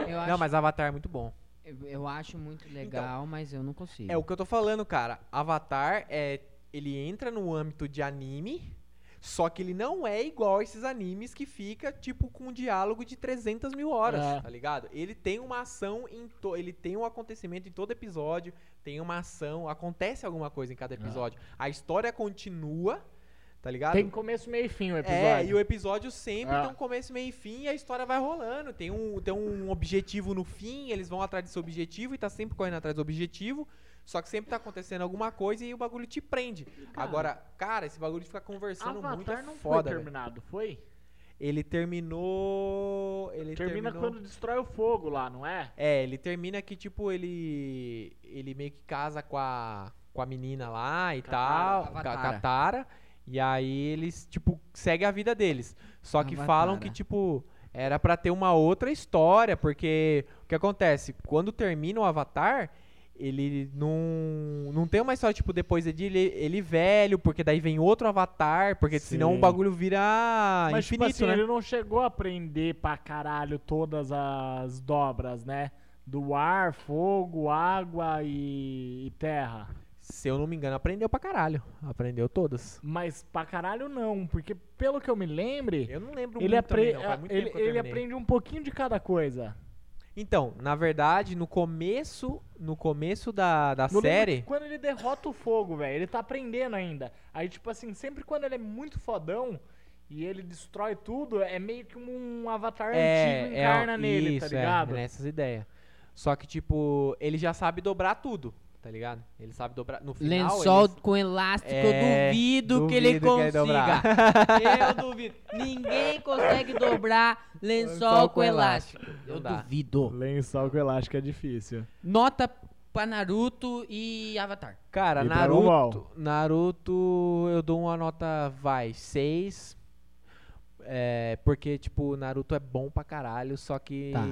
Speaker 2: É.
Speaker 3: Eu acho,
Speaker 2: Não, mas Avatar é muito bom.
Speaker 3: eu, eu acho muito legal, mas eu não consigo.
Speaker 2: É o que eu tô falando, cara. Avatar é. Ele entra no âmbito de anime. Só que ele não é igual a esses animes que fica, tipo, com um diálogo de 300 mil horas,
Speaker 1: É.
Speaker 2: tá ligado? Ele tem uma ação em to... Ele tem um acontecimento em todo episódio, tem uma ação, acontece alguma coisa em cada
Speaker 1: É.
Speaker 2: episódio. A história continua, tá ligado?
Speaker 1: Tem começo, meio e fim o
Speaker 2: É, e
Speaker 1: episódio.
Speaker 2: o episódio sempre
Speaker 1: É.
Speaker 2: tem um começo, meio e fim, e a história vai rolando. Tem um, tem um objetivo no fim, eles vão atrás desse objetivo e tá sempre correndo atrás do objetivo. Só que sempre tá acontecendo alguma coisa e o bagulho te prende. Agora, cara, esse bagulho de ficar conversando muito é
Speaker 1: Avatar não
Speaker 2: foda.
Speaker 1: foi
Speaker 2: velho.
Speaker 1: terminado, foi?
Speaker 2: Ele terminou. Ele
Speaker 1: Termina
Speaker 2: terminou-
Speaker 1: quando destrói o fogo lá, não é?
Speaker 2: É, ele termina que, tipo, ele. Ele meio que casa com a, com a menina lá e
Speaker 1: Katara.
Speaker 2: tal, com a
Speaker 3: Avatar.
Speaker 2: Katara. E aí eles, tipo, seguem a vida deles. Só que
Speaker 3: Avatar.
Speaker 2: falam que, tipo, era pra ter uma outra história, porque o que acontece? Quando termina o Avatar. Ele não, não tem uma história, tipo, depois de ele, ele velho, porque daí vem outro avatar, porque senão o
Speaker 1: Sim.
Speaker 2: bagulho vira
Speaker 1: Mas, tipo
Speaker 2: infinito,
Speaker 1: assim,
Speaker 2: né?
Speaker 1: ele não chegou a aprender pra caralho todas as dobras, né? Do ar, fogo, água e- e terra.
Speaker 2: Se eu não me engano, aprendeu pra caralho. Aprendeu todas.
Speaker 1: Mas pra caralho não, porque pelo que eu me lembre,
Speaker 2: Eu não lembro
Speaker 1: ele,
Speaker 2: muito
Speaker 1: apre
Speaker 2: também, não. Faz muito
Speaker 1: ele,
Speaker 2: tempo que eu
Speaker 1: ele
Speaker 2: terminei.
Speaker 1: aprende um pouquinho de cada coisa.
Speaker 2: Então, na verdade, no começo, no começo da, da
Speaker 1: Eu lembro
Speaker 2: série,
Speaker 1: que Quando ele derrota o fogo, velho, ele tá aprendendo ainda. Aí, tipo assim, sempre quando ele é muito fodão e ele destrói tudo, é meio que um, avatar antigo
Speaker 2: é,
Speaker 1: encarna
Speaker 2: é
Speaker 1: nele,
Speaker 2: isso,
Speaker 1: tá ligado?
Speaker 2: É, nessas ideias. Só que tipo, ele já sabe dobrar tudo, tá ligado? Ele sabe dobrar no final.
Speaker 3: Lençol
Speaker 2: ele...
Speaker 3: com elástico,
Speaker 2: É,
Speaker 3: eu duvido, que ele
Speaker 2: duvido que ele
Speaker 3: consiga.
Speaker 2: dobrar.
Speaker 3: eu duvido. Ninguém consegue dobrar lençol, com, elástico.
Speaker 2: Não
Speaker 3: Eu
Speaker 2: dá.
Speaker 3: duvido.
Speaker 1: Lençol com elástico é difícil.
Speaker 3: Nota pra Naruto e Avatar.
Speaker 2: Cara,
Speaker 1: E Dragon
Speaker 2: Naruto, Naruto, eu dou uma nota vai 6. É, porque tipo, Naruto é bom pra caralho, só que
Speaker 3: Tá.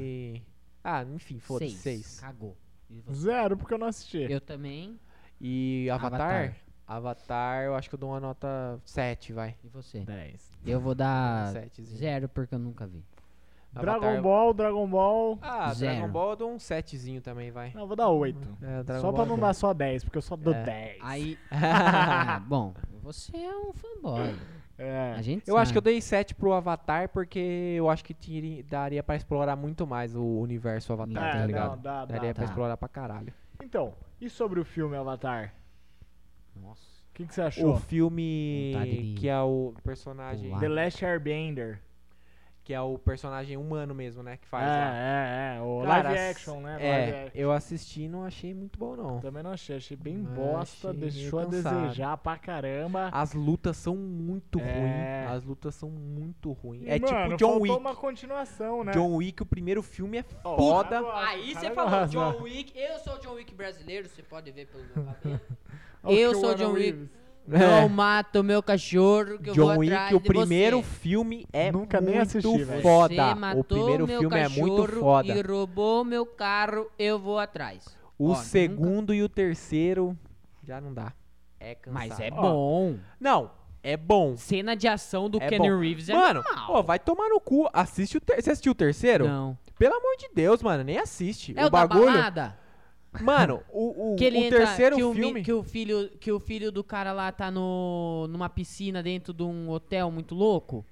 Speaker 2: Ah, enfim, foda-se, 6.
Speaker 3: Cagou. E você?
Speaker 1: Zero, porque eu não assisti.
Speaker 3: Eu também.
Speaker 2: E Avatar?
Speaker 3: Avatar.
Speaker 2: Avatar? eu acho que eu dou uma nota 7, vai.
Speaker 3: E você?
Speaker 1: Dez.
Speaker 3: Eu vou dar
Speaker 2: Setezinho.
Speaker 3: zero porque eu nunca vi.
Speaker 2: Avatar-
Speaker 1: Dragon Ball, Dragon Ball.
Speaker 2: Ah,
Speaker 3: Zero.
Speaker 2: Dragon Ball eu dou um 7zinho também, vai.
Speaker 1: Não, eu vou dar oito.
Speaker 2: É, Dragon
Speaker 1: Só
Speaker 2: Ball
Speaker 1: pra
Speaker 2: eu
Speaker 1: não
Speaker 2: dou.
Speaker 1: dar só 10, porque eu só dou
Speaker 2: É.
Speaker 1: 10.
Speaker 3: Aí. Ah, bom, você é um fanboy.
Speaker 1: É.
Speaker 3: A gente
Speaker 2: Eu acho que eu
Speaker 3: sabe.
Speaker 2: dei 7 pro Avatar porque eu acho que tiri- daria pra explorar muito mais o universo Avatar,
Speaker 3: É,
Speaker 2: tá
Speaker 3: não,
Speaker 2: ligado?
Speaker 1: dá, dá,
Speaker 2: daria pra
Speaker 3: dá.
Speaker 2: explorar pra caralho.
Speaker 1: Então, e sobre o filme Avatar?
Speaker 3: Nossa.
Speaker 1: O que, que você achou?
Speaker 2: O filme
Speaker 3: Vontade de
Speaker 2: que é o personagem.
Speaker 3: pular.
Speaker 1: The Last Airbender.
Speaker 2: que é o personagem humano mesmo, né? Que faz lá.
Speaker 1: É, é, é. O live
Speaker 2: Cara, ass-
Speaker 1: action, né?
Speaker 2: É,
Speaker 1: Live action.
Speaker 2: eu assisti e não achei muito bom, não.
Speaker 1: Também não achei, achei bem
Speaker 2: Mas
Speaker 1: bosta,
Speaker 2: achei meio
Speaker 1: deixou a
Speaker 2: cansado. Ah,
Speaker 1: desejar pra caramba.
Speaker 2: As lutas são muito
Speaker 1: É.
Speaker 2: ruins. As lutas são muito ruins.
Speaker 1: E,
Speaker 2: É
Speaker 1: mano,
Speaker 2: tipo John
Speaker 1: faltou
Speaker 2: Wick.
Speaker 1: uma continuação, né?
Speaker 2: John Wick, o primeiro filme é
Speaker 1: Ó,
Speaker 2: foda.
Speaker 1: agora-
Speaker 4: Aí você
Speaker 1: Cara,
Speaker 4: falou
Speaker 1: agora-
Speaker 4: John Wick. Eu sou o John Wick brasileiro, você pode ver pelo meu cabelo.
Speaker 1: Ó, o
Speaker 3: Eu sou
Speaker 1: Keanu
Speaker 3: John Wick.
Speaker 1: Reeves.
Speaker 3: Não mata o meu cachorro que eu
Speaker 2: É. John
Speaker 3: vou
Speaker 2: Wick,
Speaker 3: atrás
Speaker 2: o
Speaker 3: de você.
Speaker 2: primeiro filme é
Speaker 1: Nunca
Speaker 2: muito
Speaker 1: nem assisti, velho.
Speaker 2: foda.
Speaker 3: Você matou
Speaker 2: O primeiro
Speaker 3: meu
Speaker 2: filme é muito
Speaker 3: cachorro
Speaker 2: foda.
Speaker 3: E roubou meu carro, eu vou atrás.
Speaker 2: O
Speaker 3: Ó,
Speaker 2: segundo e o terceiro já não dá. É cansado.
Speaker 3: Mas é
Speaker 1: Ó.
Speaker 3: bom.
Speaker 2: Não, é bom.
Speaker 3: Cena de ação do
Speaker 2: É
Speaker 3: Kenny
Speaker 2: bom.
Speaker 3: Reeves é
Speaker 2: mano,
Speaker 3: normal.
Speaker 2: ó, vai tomar no cu. Assiste o ter... Você assistiu o terceiro?
Speaker 3: Não.
Speaker 2: Pelo amor de Deus, mano, nem assiste.
Speaker 3: É
Speaker 2: o,
Speaker 3: o,
Speaker 2: bagulho.
Speaker 3: da balada?
Speaker 2: Mano, o, o,
Speaker 3: Que ele
Speaker 2: o
Speaker 3: entra-
Speaker 2: terceiro
Speaker 3: que o, mi-
Speaker 2: filme.
Speaker 3: que o filho que o filho do cara lá tá no numa piscina dentro de um hotel muito louco.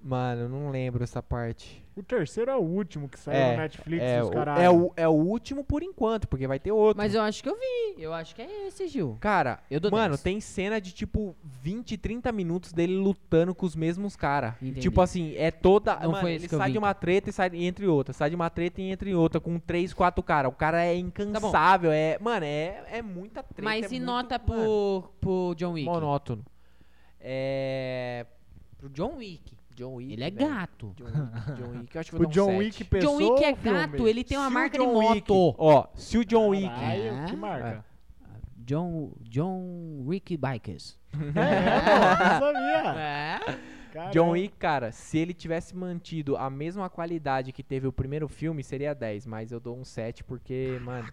Speaker 2: Mano, eu não lembro essa parte.
Speaker 1: O terceiro é o último que saiu
Speaker 2: É,
Speaker 1: no Netflix,
Speaker 2: é,
Speaker 1: os
Speaker 2: o-
Speaker 1: caralho.
Speaker 2: é, o, é o último por enquanto, porque vai ter outro.
Speaker 3: Mas eu acho que eu vi. Eu acho que é esse, Gil.
Speaker 2: Cara,
Speaker 3: Eu dou
Speaker 2: mano,
Speaker 3: 10.
Speaker 2: tem cena de tipo 20, 30 minutos dele lutando com os mesmos caras.
Speaker 3: Entendi.
Speaker 2: Tipo assim, é toda.
Speaker 3: Não
Speaker 2: mano,
Speaker 3: foi
Speaker 2: ele
Speaker 3: esse que eu
Speaker 2: sai
Speaker 3: vi,
Speaker 2: de uma treta e sai e entre outra. Sai de uma treta e entre outra, com 3, 4 caras. O cara é incansável. é, mano, é, é muita treta.
Speaker 3: Tá Mas
Speaker 2: é
Speaker 3: e
Speaker 2: muito,
Speaker 3: nota
Speaker 2: mano,
Speaker 3: pro, pro John Wick?
Speaker 2: Monótono. É.
Speaker 3: Pro John Wick.
Speaker 2: John Wick.
Speaker 3: Ele é
Speaker 2: velho.
Speaker 3: gato.
Speaker 2: John Wick, John Wick. Eu acho que eu
Speaker 1: o
Speaker 2: vou dar um
Speaker 1: John
Speaker 2: sete.
Speaker 1: Wick pessoa
Speaker 3: John Wick é
Speaker 1: ou filme?
Speaker 3: gato, ele tem uma
Speaker 2: Se o
Speaker 3: marca de
Speaker 2: John
Speaker 3: moto.
Speaker 2: Wick- Ó, se o John Wick.
Speaker 1: Caralho, que
Speaker 3: Ah,
Speaker 1: marca.
Speaker 3: John, John Wick Bikers.
Speaker 1: É, é, pô, eu sabia.
Speaker 3: É?
Speaker 1: Caramba.
Speaker 2: John Wick, cara, se ele tivesse mantido a mesma qualidade que teve o primeiro filme, seria 10, mas eu dou um 7 porque, mano,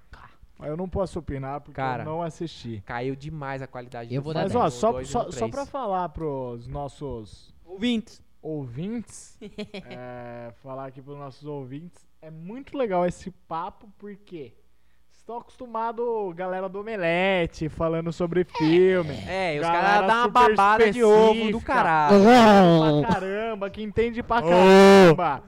Speaker 1: Mas Eu não posso opinar porque
Speaker 2: Cara.
Speaker 1: eu não assisti.
Speaker 2: caiu demais a qualidade
Speaker 3: Eu
Speaker 2: do
Speaker 3: vou dar
Speaker 2: filme,
Speaker 1: Mas,
Speaker 3: dez.
Speaker 1: ó, só,
Speaker 2: no dois e
Speaker 1: só,
Speaker 2: no
Speaker 1: só pra
Speaker 2: um três.
Speaker 1: falar pros nossos
Speaker 3: Ouvintes.
Speaker 1: ouvintes, é, falar aqui pros nossos ouvintes, é muito legal esse papo, porque vocês estão acostumados, galera do Omelete, falando sobre filme.
Speaker 2: É, e os
Speaker 1: Galera
Speaker 2: caras dão uma
Speaker 1: super
Speaker 2: babada de ovo do
Speaker 1: específica. Uhum.
Speaker 2: caralho.
Speaker 1: pra caramba, que entende pra caramba.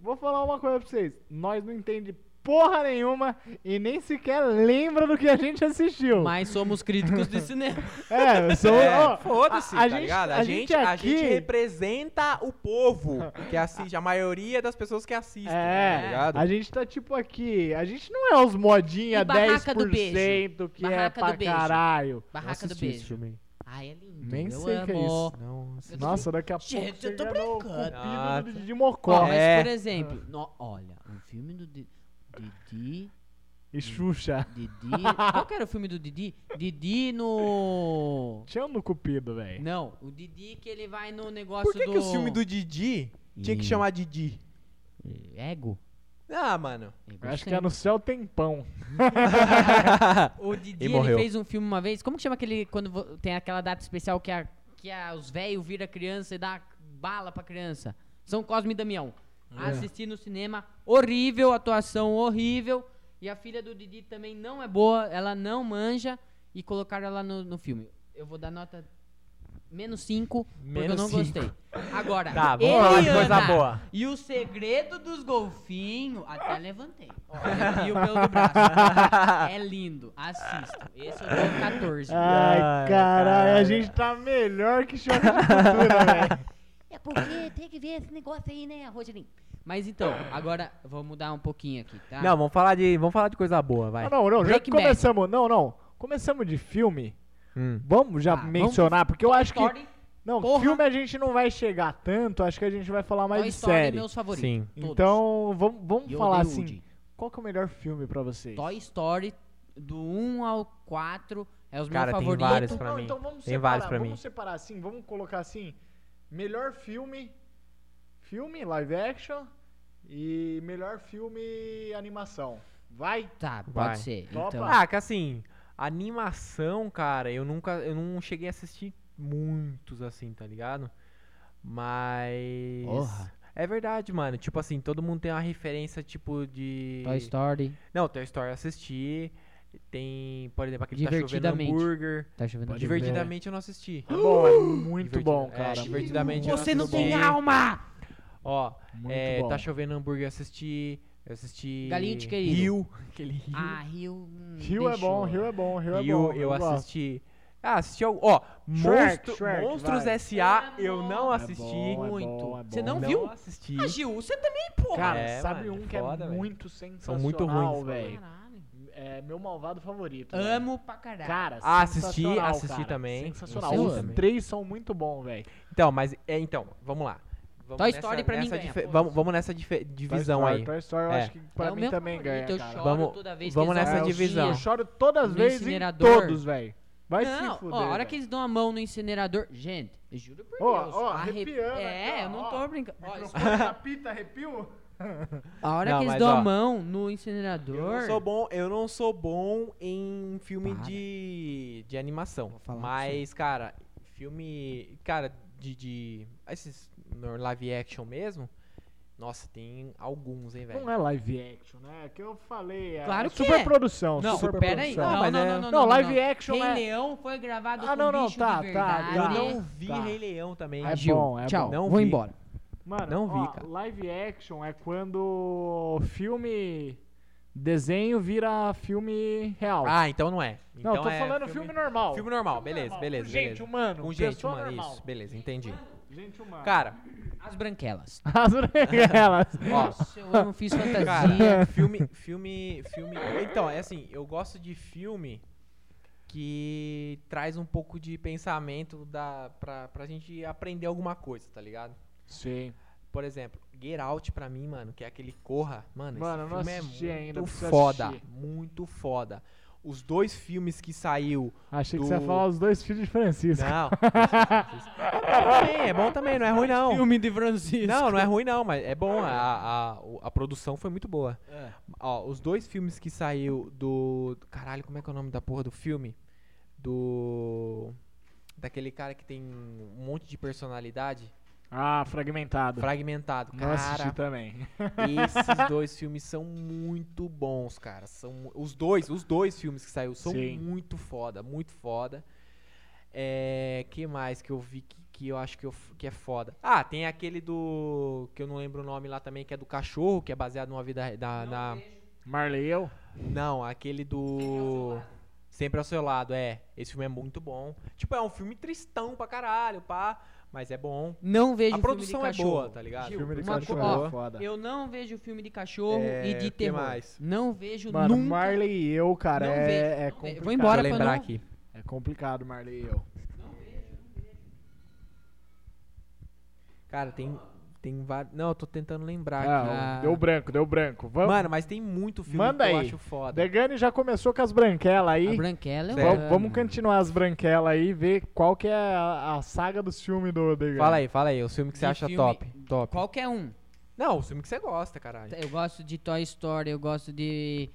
Speaker 1: Vou falar uma coisa pra vocês. Nós não entende porra nenhuma e nem sequer lembra do que a gente assistiu.
Speaker 3: Mas somos críticos de cinema.
Speaker 1: É, são, ó,
Speaker 2: É, Foda-se,
Speaker 1: a- a
Speaker 2: tá
Speaker 1: gente-
Speaker 2: ligado?
Speaker 1: a
Speaker 2: A
Speaker 1: gente
Speaker 2: gente, a gente
Speaker 1: aqui-
Speaker 2: representa o povo que assiste, a maioria das pessoas que assistem,
Speaker 1: É,
Speaker 2: tá ligado?
Speaker 1: a gente tá tipo aqui, a gente não é os modinha
Speaker 3: E Barraca do
Speaker 1: 10% que é
Speaker 3: Barraca
Speaker 1: pra
Speaker 3: do beijo.
Speaker 1: caralho.
Speaker 2: Não
Speaker 3: Barraca do
Speaker 2: assisti esse
Speaker 3: Beijo.
Speaker 2: filme aí.
Speaker 3: Ai, é lindo.
Speaker 1: Nem
Speaker 3: eu
Speaker 1: sei o
Speaker 3: amo.
Speaker 1: que é isso.
Speaker 2: Não, assisti.
Speaker 1: Nossa, daqui a
Speaker 3: Gente,
Speaker 1: pouco
Speaker 3: eu tô
Speaker 1: chega no
Speaker 3: brincando.
Speaker 1: cupido
Speaker 2: Ah,
Speaker 1: do
Speaker 2: tá.
Speaker 1: Didi
Speaker 3: Ó,
Speaker 1: Mocó.
Speaker 3: mas,
Speaker 2: É.
Speaker 3: por exemplo, no- olha, um filme do Di- Didi.
Speaker 1: E Xuxa.
Speaker 3: Didi. Qual que era o filme do Didi? Didi no.
Speaker 1: Tinha um no cupido, velho.
Speaker 3: Não, o Didi que ele vai no negócio
Speaker 2: Por que,
Speaker 3: do.
Speaker 2: que o filme do Didi tinha que
Speaker 3: Ih.
Speaker 2: chamar Didi?
Speaker 3: Ego?
Speaker 2: Ah, mano.
Speaker 3: Ego
Speaker 1: Acho que
Speaker 3: sempre.
Speaker 1: é no céu tem pão.
Speaker 3: O Didi
Speaker 2: E
Speaker 3: ele
Speaker 2: morreu.
Speaker 3: fez um filme uma vez. Como que chama aquele. Quando vo- tem aquela data especial que, a, que a- os velhos viram criança e dá bala pra criança? São Cosme e Damião.
Speaker 2: É.
Speaker 3: Assisti no cinema, horrível, atuação horrível. E a filha do Didi também não é boa, ela não manja. E colocaram ela no, no filme. Eu vou dar nota menos 5, porque eu
Speaker 2: Menos
Speaker 3: não
Speaker 2: cinco.
Speaker 3: gostei. Agora,
Speaker 2: Tá, vamos falar de coisa
Speaker 3: Eliana
Speaker 2: boa.
Speaker 3: E o segredo dos golfinhos, até levantei. Olha aqui o meu do braço. É lindo, assistam. Esse eu dou 14.
Speaker 1: Ai,
Speaker 2: Ai,
Speaker 1: caralho, a
Speaker 2: cara.
Speaker 1: gente tá melhor que choque de cultura, velho.
Speaker 5: É porque tem que ver esse negócio aí, né, Rogelinho?
Speaker 3: Mas então, agora vou mudar um pouquinho aqui, tá?
Speaker 2: Não, vamos falar de, vamos falar de coisa boa, vai.
Speaker 1: Não, não, não, já que
Speaker 3: Breaking Bad.
Speaker 1: começamos. Não, não. Começamos de filme.
Speaker 2: Hum.
Speaker 1: Vamos já
Speaker 3: Ah, vamos-
Speaker 1: mencionar, porque eu acho que.
Speaker 3: Story,
Speaker 1: Não,
Speaker 3: Porra.
Speaker 1: filme a gente não vai chegar tanto, acho que a gente vai falar mais
Speaker 3: Toy
Speaker 1: de
Speaker 3: Story,
Speaker 1: série.
Speaker 3: meus favoritos.
Speaker 2: Sim.
Speaker 3: todos.
Speaker 1: Então, vamos, vamos
Speaker 3: E eu
Speaker 1: falar
Speaker 3: odeio
Speaker 1: assim,
Speaker 3: Woody.
Speaker 1: qual que é o melhor filme pra vocês?
Speaker 3: Toy Story, do 1 ao 4, é os
Speaker 2: Cara,
Speaker 3: meus
Speaker 2: tem
Speaker 3: favoritos.
Speaker 2: vários pra mim.
Speaker 1: Então, vamos
Speaker 2: Tem vários pra
Speaker 1: vamos
Speaker 2: mim.
Speaker 1: separar assim, vamos colocar assim, melhor filme, filme, live action e melhor filme animação. Vai?
Speaker 3: Tá, pode
Speaker 2: Vai.
Speaker 3: ser.
Speaker 1: Topa.
Speaker 3: Então,
Speaker 2: Ah, que assim, animação, cara, eu nunca, eu não cheguei a assistir muitos assim, tá ligado? Mas
Speaker 3: Porra.
Speaker 2: É verdade, mano. Tipo assim, todo mundo tem uma referência tipo de
Speaker 3: Toy Story,
Speaker 2: Não, Toy Story eu assisti. Tem, por exemplo, aquele tá chovendo
Speaker 3: Divertidamente.
Speaker 2: hambúrguer.
Speaker 3: tá chovendo.
Speaker 2: Divertidamente eu não assisti.
Speaker 1: É bom, é muito
Speaker 2: Divertida-
Speaker 1: bom,
Speaker 2: é,
Speaker 1: cara.
Speaker 2: divertidamente eu
Speaker 3: Você não
Speaker 2: assisti.
Speaker 3: tem alma!
Speaker 2: Ó,
Speaker 1: Muito
Speaker 2: é,
Speaker 1: bom.
Speaker 2: tá chovendo hambúrguer, eu assisti. Eu assisti.
Speaker 3: Galinho de querido.
Speaker 2: Rio. Aquele Rio.
Speaker 3: Ah, Rio. hum,
Speaker 1: Rio é
Speaker 3: deixou.
Speaker 1: bom, Rio é bom, Rio é
Speaker 2: né? Rio,
Speaker 1: bom.
Speaker 2: eu
Speaker 1: gosto.
Speaker 2: assisti. Ah, assisti ao. Ó,
Speaker 1: Shrek,
Speaker 2: Monstro-
Speaker 1: Shrek,
Speaker 2: Monstros
Speaker 1: vai.
Speaker 2: S.A.
Speaker 4: É
Speaker 2: eu
Speaker 4: bom,
Speaker 2: não
Speaker 4: é
Speaker 2: assisti.
Speaker 1: bom, é
Speaker 2: muito.
Speaker 1: bom, é
Speaker 2: Você
Speaker 1: bom.
Speaker 2: não,
Speaker 1: Não
Speaker 2: viu? Assisti.
Speaker 4: Ah, Gil, você também, porra.
Speaker 1: Cara,
Speaker 2: É,
Speaker 1: sabe
Speaker 2: mano,
Speaker 1: um
Speaker 2: é
Speaker 1: que é
Speaker 2: foda, velho.
Speaker 1: muito
Speaker 2: São muito
Speaker 1: sensacional,
Speaker 2: ruins,
Speaker 1: velho?
Speaker 3: Caralho.
Speaker 1: É meu malvado favorito. velho.
Speaker 3: Amo pra caralho.
Speaker 1: Cara,
Speaker 2: Ah, assisti,
Speaker 1: sensacional,
Speaker 2: assisti
Speaker 1: cara.
Speaker 2: também.
Speaker 1: Sensacional.
Speaker 3: Assisti
Speaker 1: Os
Speaker 3: também.
Speaker 1: três são muito bons, velho.
Speaker 2: Então, mas. É, então, vamos lá. Vamos
Speaker 3: Toy Story pra mim
Speaker 2: nessa
Speaker 3: ganha,
Speaker 2: dife-
Speaker 4: foda-se.
Speaker 2: Vamos, vamos nessa dife- divisão
Speaker 1: Toy Story,
Speaker 2: aí.
Speaker 1: Toy Story eu
Speaker 2: É.
Speaker 1: acho que pra
Speaker 4: É o
Speaker 1: mim
Speaker 4: meu
Speaker 1: também
Speaker 4: favorito,
Speaker 1: ganha,
Speaker 4: eu
Speaker 1: cara.
Speaker 4: choro
Speaker 2: Vamos-
Speaker 4: toda vez
Speaker 2: vamos
Speaker 4: que eles
Speaker 2: nessa
Speaker 4: dão um
Speaker 2: divisão.
Speaker 1: Eu
Speaker 4: tiro.
Speaker 1: choro todas as
Speaker 3: No
Speaker 1: vezes em
Speaker 3: incinerador.
Speaker 1: todos, velho. Vai
Speaker 3: Não,
Speaker 1: se fuder.
Speaker 3: ó, a hora
Speaker 1: velho.
Speaker 3: que eles dão a mão no incinerador. Gente, eu juro por
Speaker 1: Ó,
Speaker 3: Deus.
Speaker 1: ó,
Speaker 3: arre-
Speaker 1: arrepiando
Speaker 3: É,
Speaker 1: aqui, ó,
Speaker 3: eu não
Speaker 1: ó.
Speaker 3: tô brincando. Ó, isso-
Speaker 1: Microfone apita, arrepio?
Speaker 3: a hora
Speaker 2: Não,
Speaker 3: que eles
Speaker 2: mas,
Speaker 3: dão
Speaker 2: ó,
Speaker 3: a mão no
Speaker 2: Eu
Speaker 3: incinerador.
Speaker 2: não sou bom, eu não sou bom em filme
Speaker 3: Para.
Speaker 2: de, de animação.
Speaker 3: Vou falar pra
Speaker 2: Mas, cara, filme. Cara, de. de esses no live action mesmo. Nossa, tem alguns, hein, velho.
Speaker 1: Não é live action, né? É que eu falei. É
Speaker 3: Claro que é.
Speaker 1: superprodução.
Speaker 3: Não,
Speaker 1: superprodução.
Speaker 3: pera aí. Não,
Speaker 2: mas
Speaker 3: não,
Speaker 2: é-
Speaker 3: não, não,
Speaker 1: Não,
Speaker 3: não,
Speaker 1: live
Speaker 3: não.
Speaker 1: action
Speaker 3: Rei
Speaker 1: é.
Speaker 3: Leão foi gravado
Speaker 1: Ah,
Speaker 3: com
Speaker 1: não, não,
Speaker 3: bicho
Speaker 1: tá, tá,
Speaker 3: de verdade.
Speaker 1: tá.
Speaker 2: Eu não vi
Speaker 1: Tá.
Speaker 2: Rei Leão também.
Speaker 1: É
Speaker 3: Gil,
Speaker 1: bom, é
Speaker 3: tchau,
Speaker 1: bom.
Speaker 2: Não
Speaker 3: vou
Speaker 2: vi.
Speaker 3: embora.
Speaker 1: Mano,
Speaker 2: Não vi,
Speaker 1: ó,
Speaker 2: cara.
Speaker 1: Live action é quando filme. Desenho vira filme real.
Speaker 2: Ah, então não é.
Speaker 1: não,
Speaker 2: Então
Speaker 1: tô
Speaker 2: é
Speaker 1: falando filme, normal.
Speaker 2: Filme normal, beleza,
Speaker 1: normal,
Speaker 2: beleza.
Speaker 1: com gente
Speaker 2: beleza.
Speaker 1: humana,
Speaker 2: Com gente
Speaker 1: pessoa
Speaker 2: humana,
Speaker 1: normal.
Speaker 2: isso, beleza, entendi.
Speaker 1: Gente humana.
Speaker 2: Cara,
Speaker 3: As branquelas.
Speaker 1: As orelhas.
Speaker 2: ó,
Speaker 3: Nossa, eu amo, fiz fantasia.
Speaker 2: Cara, filme, filme, filme. Então, é assim, eu gosto de filme que traz um pouco de pensamento da, pra, pra gente aprender alguma coisa, tá ligado?
Speaker 1: Sim.
Speaker 2: Por exemplo, Get Out pra mim, mano, que é aquele Corra. Mano,
Speaker 1: Mano, eu
Speaker 2: esse
Speaker 1: não
Speaker 2: filme é
Speaker 1: assisti
Speaker 2: muito
Speaker 1: ainda, preciso
Speaker 2: foda.
Speaker 1: assistir.
Speaker 2: Muito foda. Os dois filmes que saiu.
Speaker 1: Achei que
Speaker 2: Do-
Speaker 1: você ia falar os dois filhos de Francisco.
Speaker 2: Não. é bom também, é bom também, não é ruim não.
Speaker 3: Filme de Francisco.
Speaker 2: Não, não é ruim não, mas é bom. A, a, o- a produção foi muito boa.
Speaker 1: É.
Speaker 2: Ó, os dois filmes que saiu do. Caralho, como é que é o nome da porra do filme? Do. Daquele cara que tem um monte de personalidade.
Speaker 1: Ah, fragmentado.
Speaker 2: Fragmentado.
Speaker 1: Não assisti
Speaker 2: Cara,
Speaker 1: também.
Speaker 2: esses dois filmes são muito bons, cara. São, mu- os dois, os dois filmes que saiu são
Speaker 1: Sim.
Speaker 2: muito foda, muito foda. É, que mais que eu vi que, que eu acho que, eu f- que é foda? Ah, tem aquele do. que eu não lembro o nome lá também, que é do cachorro, que é baseado numa vida. re- Da, na,
Speaker 1: Marley e eu?
Speaker 2: não, aquele do. Sempre ao seu lado, é. Esse filme é muito bom. Tipo, é um filme tristão pra caralho, pá. Mas é bom.
Speaker 3: Não vejo
Speaker 2: A
Speaker 3: um filme de
Speaker 2: produção é
Speaker 3: cachorro.
Speaker 2: boa, tá ligado?
Speaker 3: Gil,
Speaker 1: Filme de
Speaker 3: uma
Speaker 1: cachorro
Speaker 3: co- ó,
Speaker 1: é foda.
Speaker 3: Eu não vejo filme de cachorro
Speaker 2: É,
Speaker 3: e de
Speaker 2: que
Speaker 3: terror.
Speaker 2: mais?
Speaker 3: Não vejo
Speaker 1: Mano,
Speaker 3: nunca.
Speaker 1: Marley e eu, cara,
Speaker 3: Não
Speaker 1: é,
Speaker 3: vejo,
Speaker 1: é
Speaker 3: não vejo.
Speaker 1: complicado.
Speaker 3: Vou embora
Speaker 2: Deixa eu
Speaker 3: pra
Speaker 2: lembrar
Speaker 3: não-
Speaker 2: aqui.
Speaker 1: É complicado, Marley e eu.
Speaker 2: Cara, tem. Tem vários. Não, eu tô tentando lembrar
Speaker 1: Ah,
Speaker 2: aqui.
Speaker 1: Deu branco, deu branco. Vamos.
Speaker 2: Mano, mas tem muito filme
Speaker 1: Manda
Speaker 2: que eu
Speaker 1: aí.
Speaker 2: acho foda.
Speaker 1: Degani já começou com as branquelas
Speaker 3: A
Speaker 1: aí.
Speaker 3: branquela é
Speaker 1: Vam-
Speaker 3: um-
Speaker 1: Vamos continuar as branquelas aí e ver qual que é a, a saga dos filmes do Degani.
Speaker 2: Fala aí, fala aí. O filme que você
Speaker 3: De
Speaker 2: acha
Speaker 3: filme-
Speaker 2: top. Top.
Speaker 3: Qualquer um.
Speaker 2: Não, o filme que você gosta, caralho.
Speaker 3: Eu gosto de Toy Story, eu gosto de.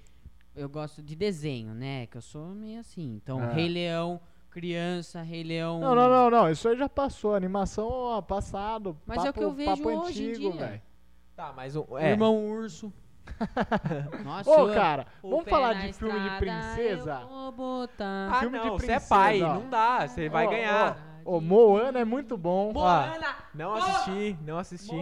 Speaker 3: Eu gosto de desenho, né? Que eu sou meio assim. Então,
Speaker 1: Ah.
Speaker 3: Rei Leão, criança, Rei Leão.
Speaker 1: Não, não, não, não. Isso aí já passou. Animação ó, passado.
Speaker 3: Mas é o que
Speaker 1: papo-
Speaker 3: eu vejo
Speaker 1: papo
Speaker 3: hoje em
Speaker 1: antigo,
Speaker 3: dia.
Speaker 1: velho.
Speaker 2: Tá, mas um. É.
Speaker 3: Irmão Urso. Nossa,
Speaker 1: Ô,
Speaker 3: eu-
Speaker 1: cara,
Speaker 3: o
Speaker 1: vamos
Speaker 3: pé
Speaker 1: falar
Speaker 3: na
Speaker 1: de filme de
Speaker 3: estrada
Speaker 1: princesa?
Speaker 3: eu vou botar.
Speaker 2: ah,
Speaker 1: um filme de
Speaker 2: não, você é
Speaker 1: princesa,
Speaker 2: pai.
Speaker 1: ó.
Speaker 2: Não dá. Você vai
Speaker 1: Ó,
Speaker 2: ganhar.
Speaker 1: Ô, Moana é muito bom.
Speaker 3: Moana!
Speaker 2: Não assisti, não assisti.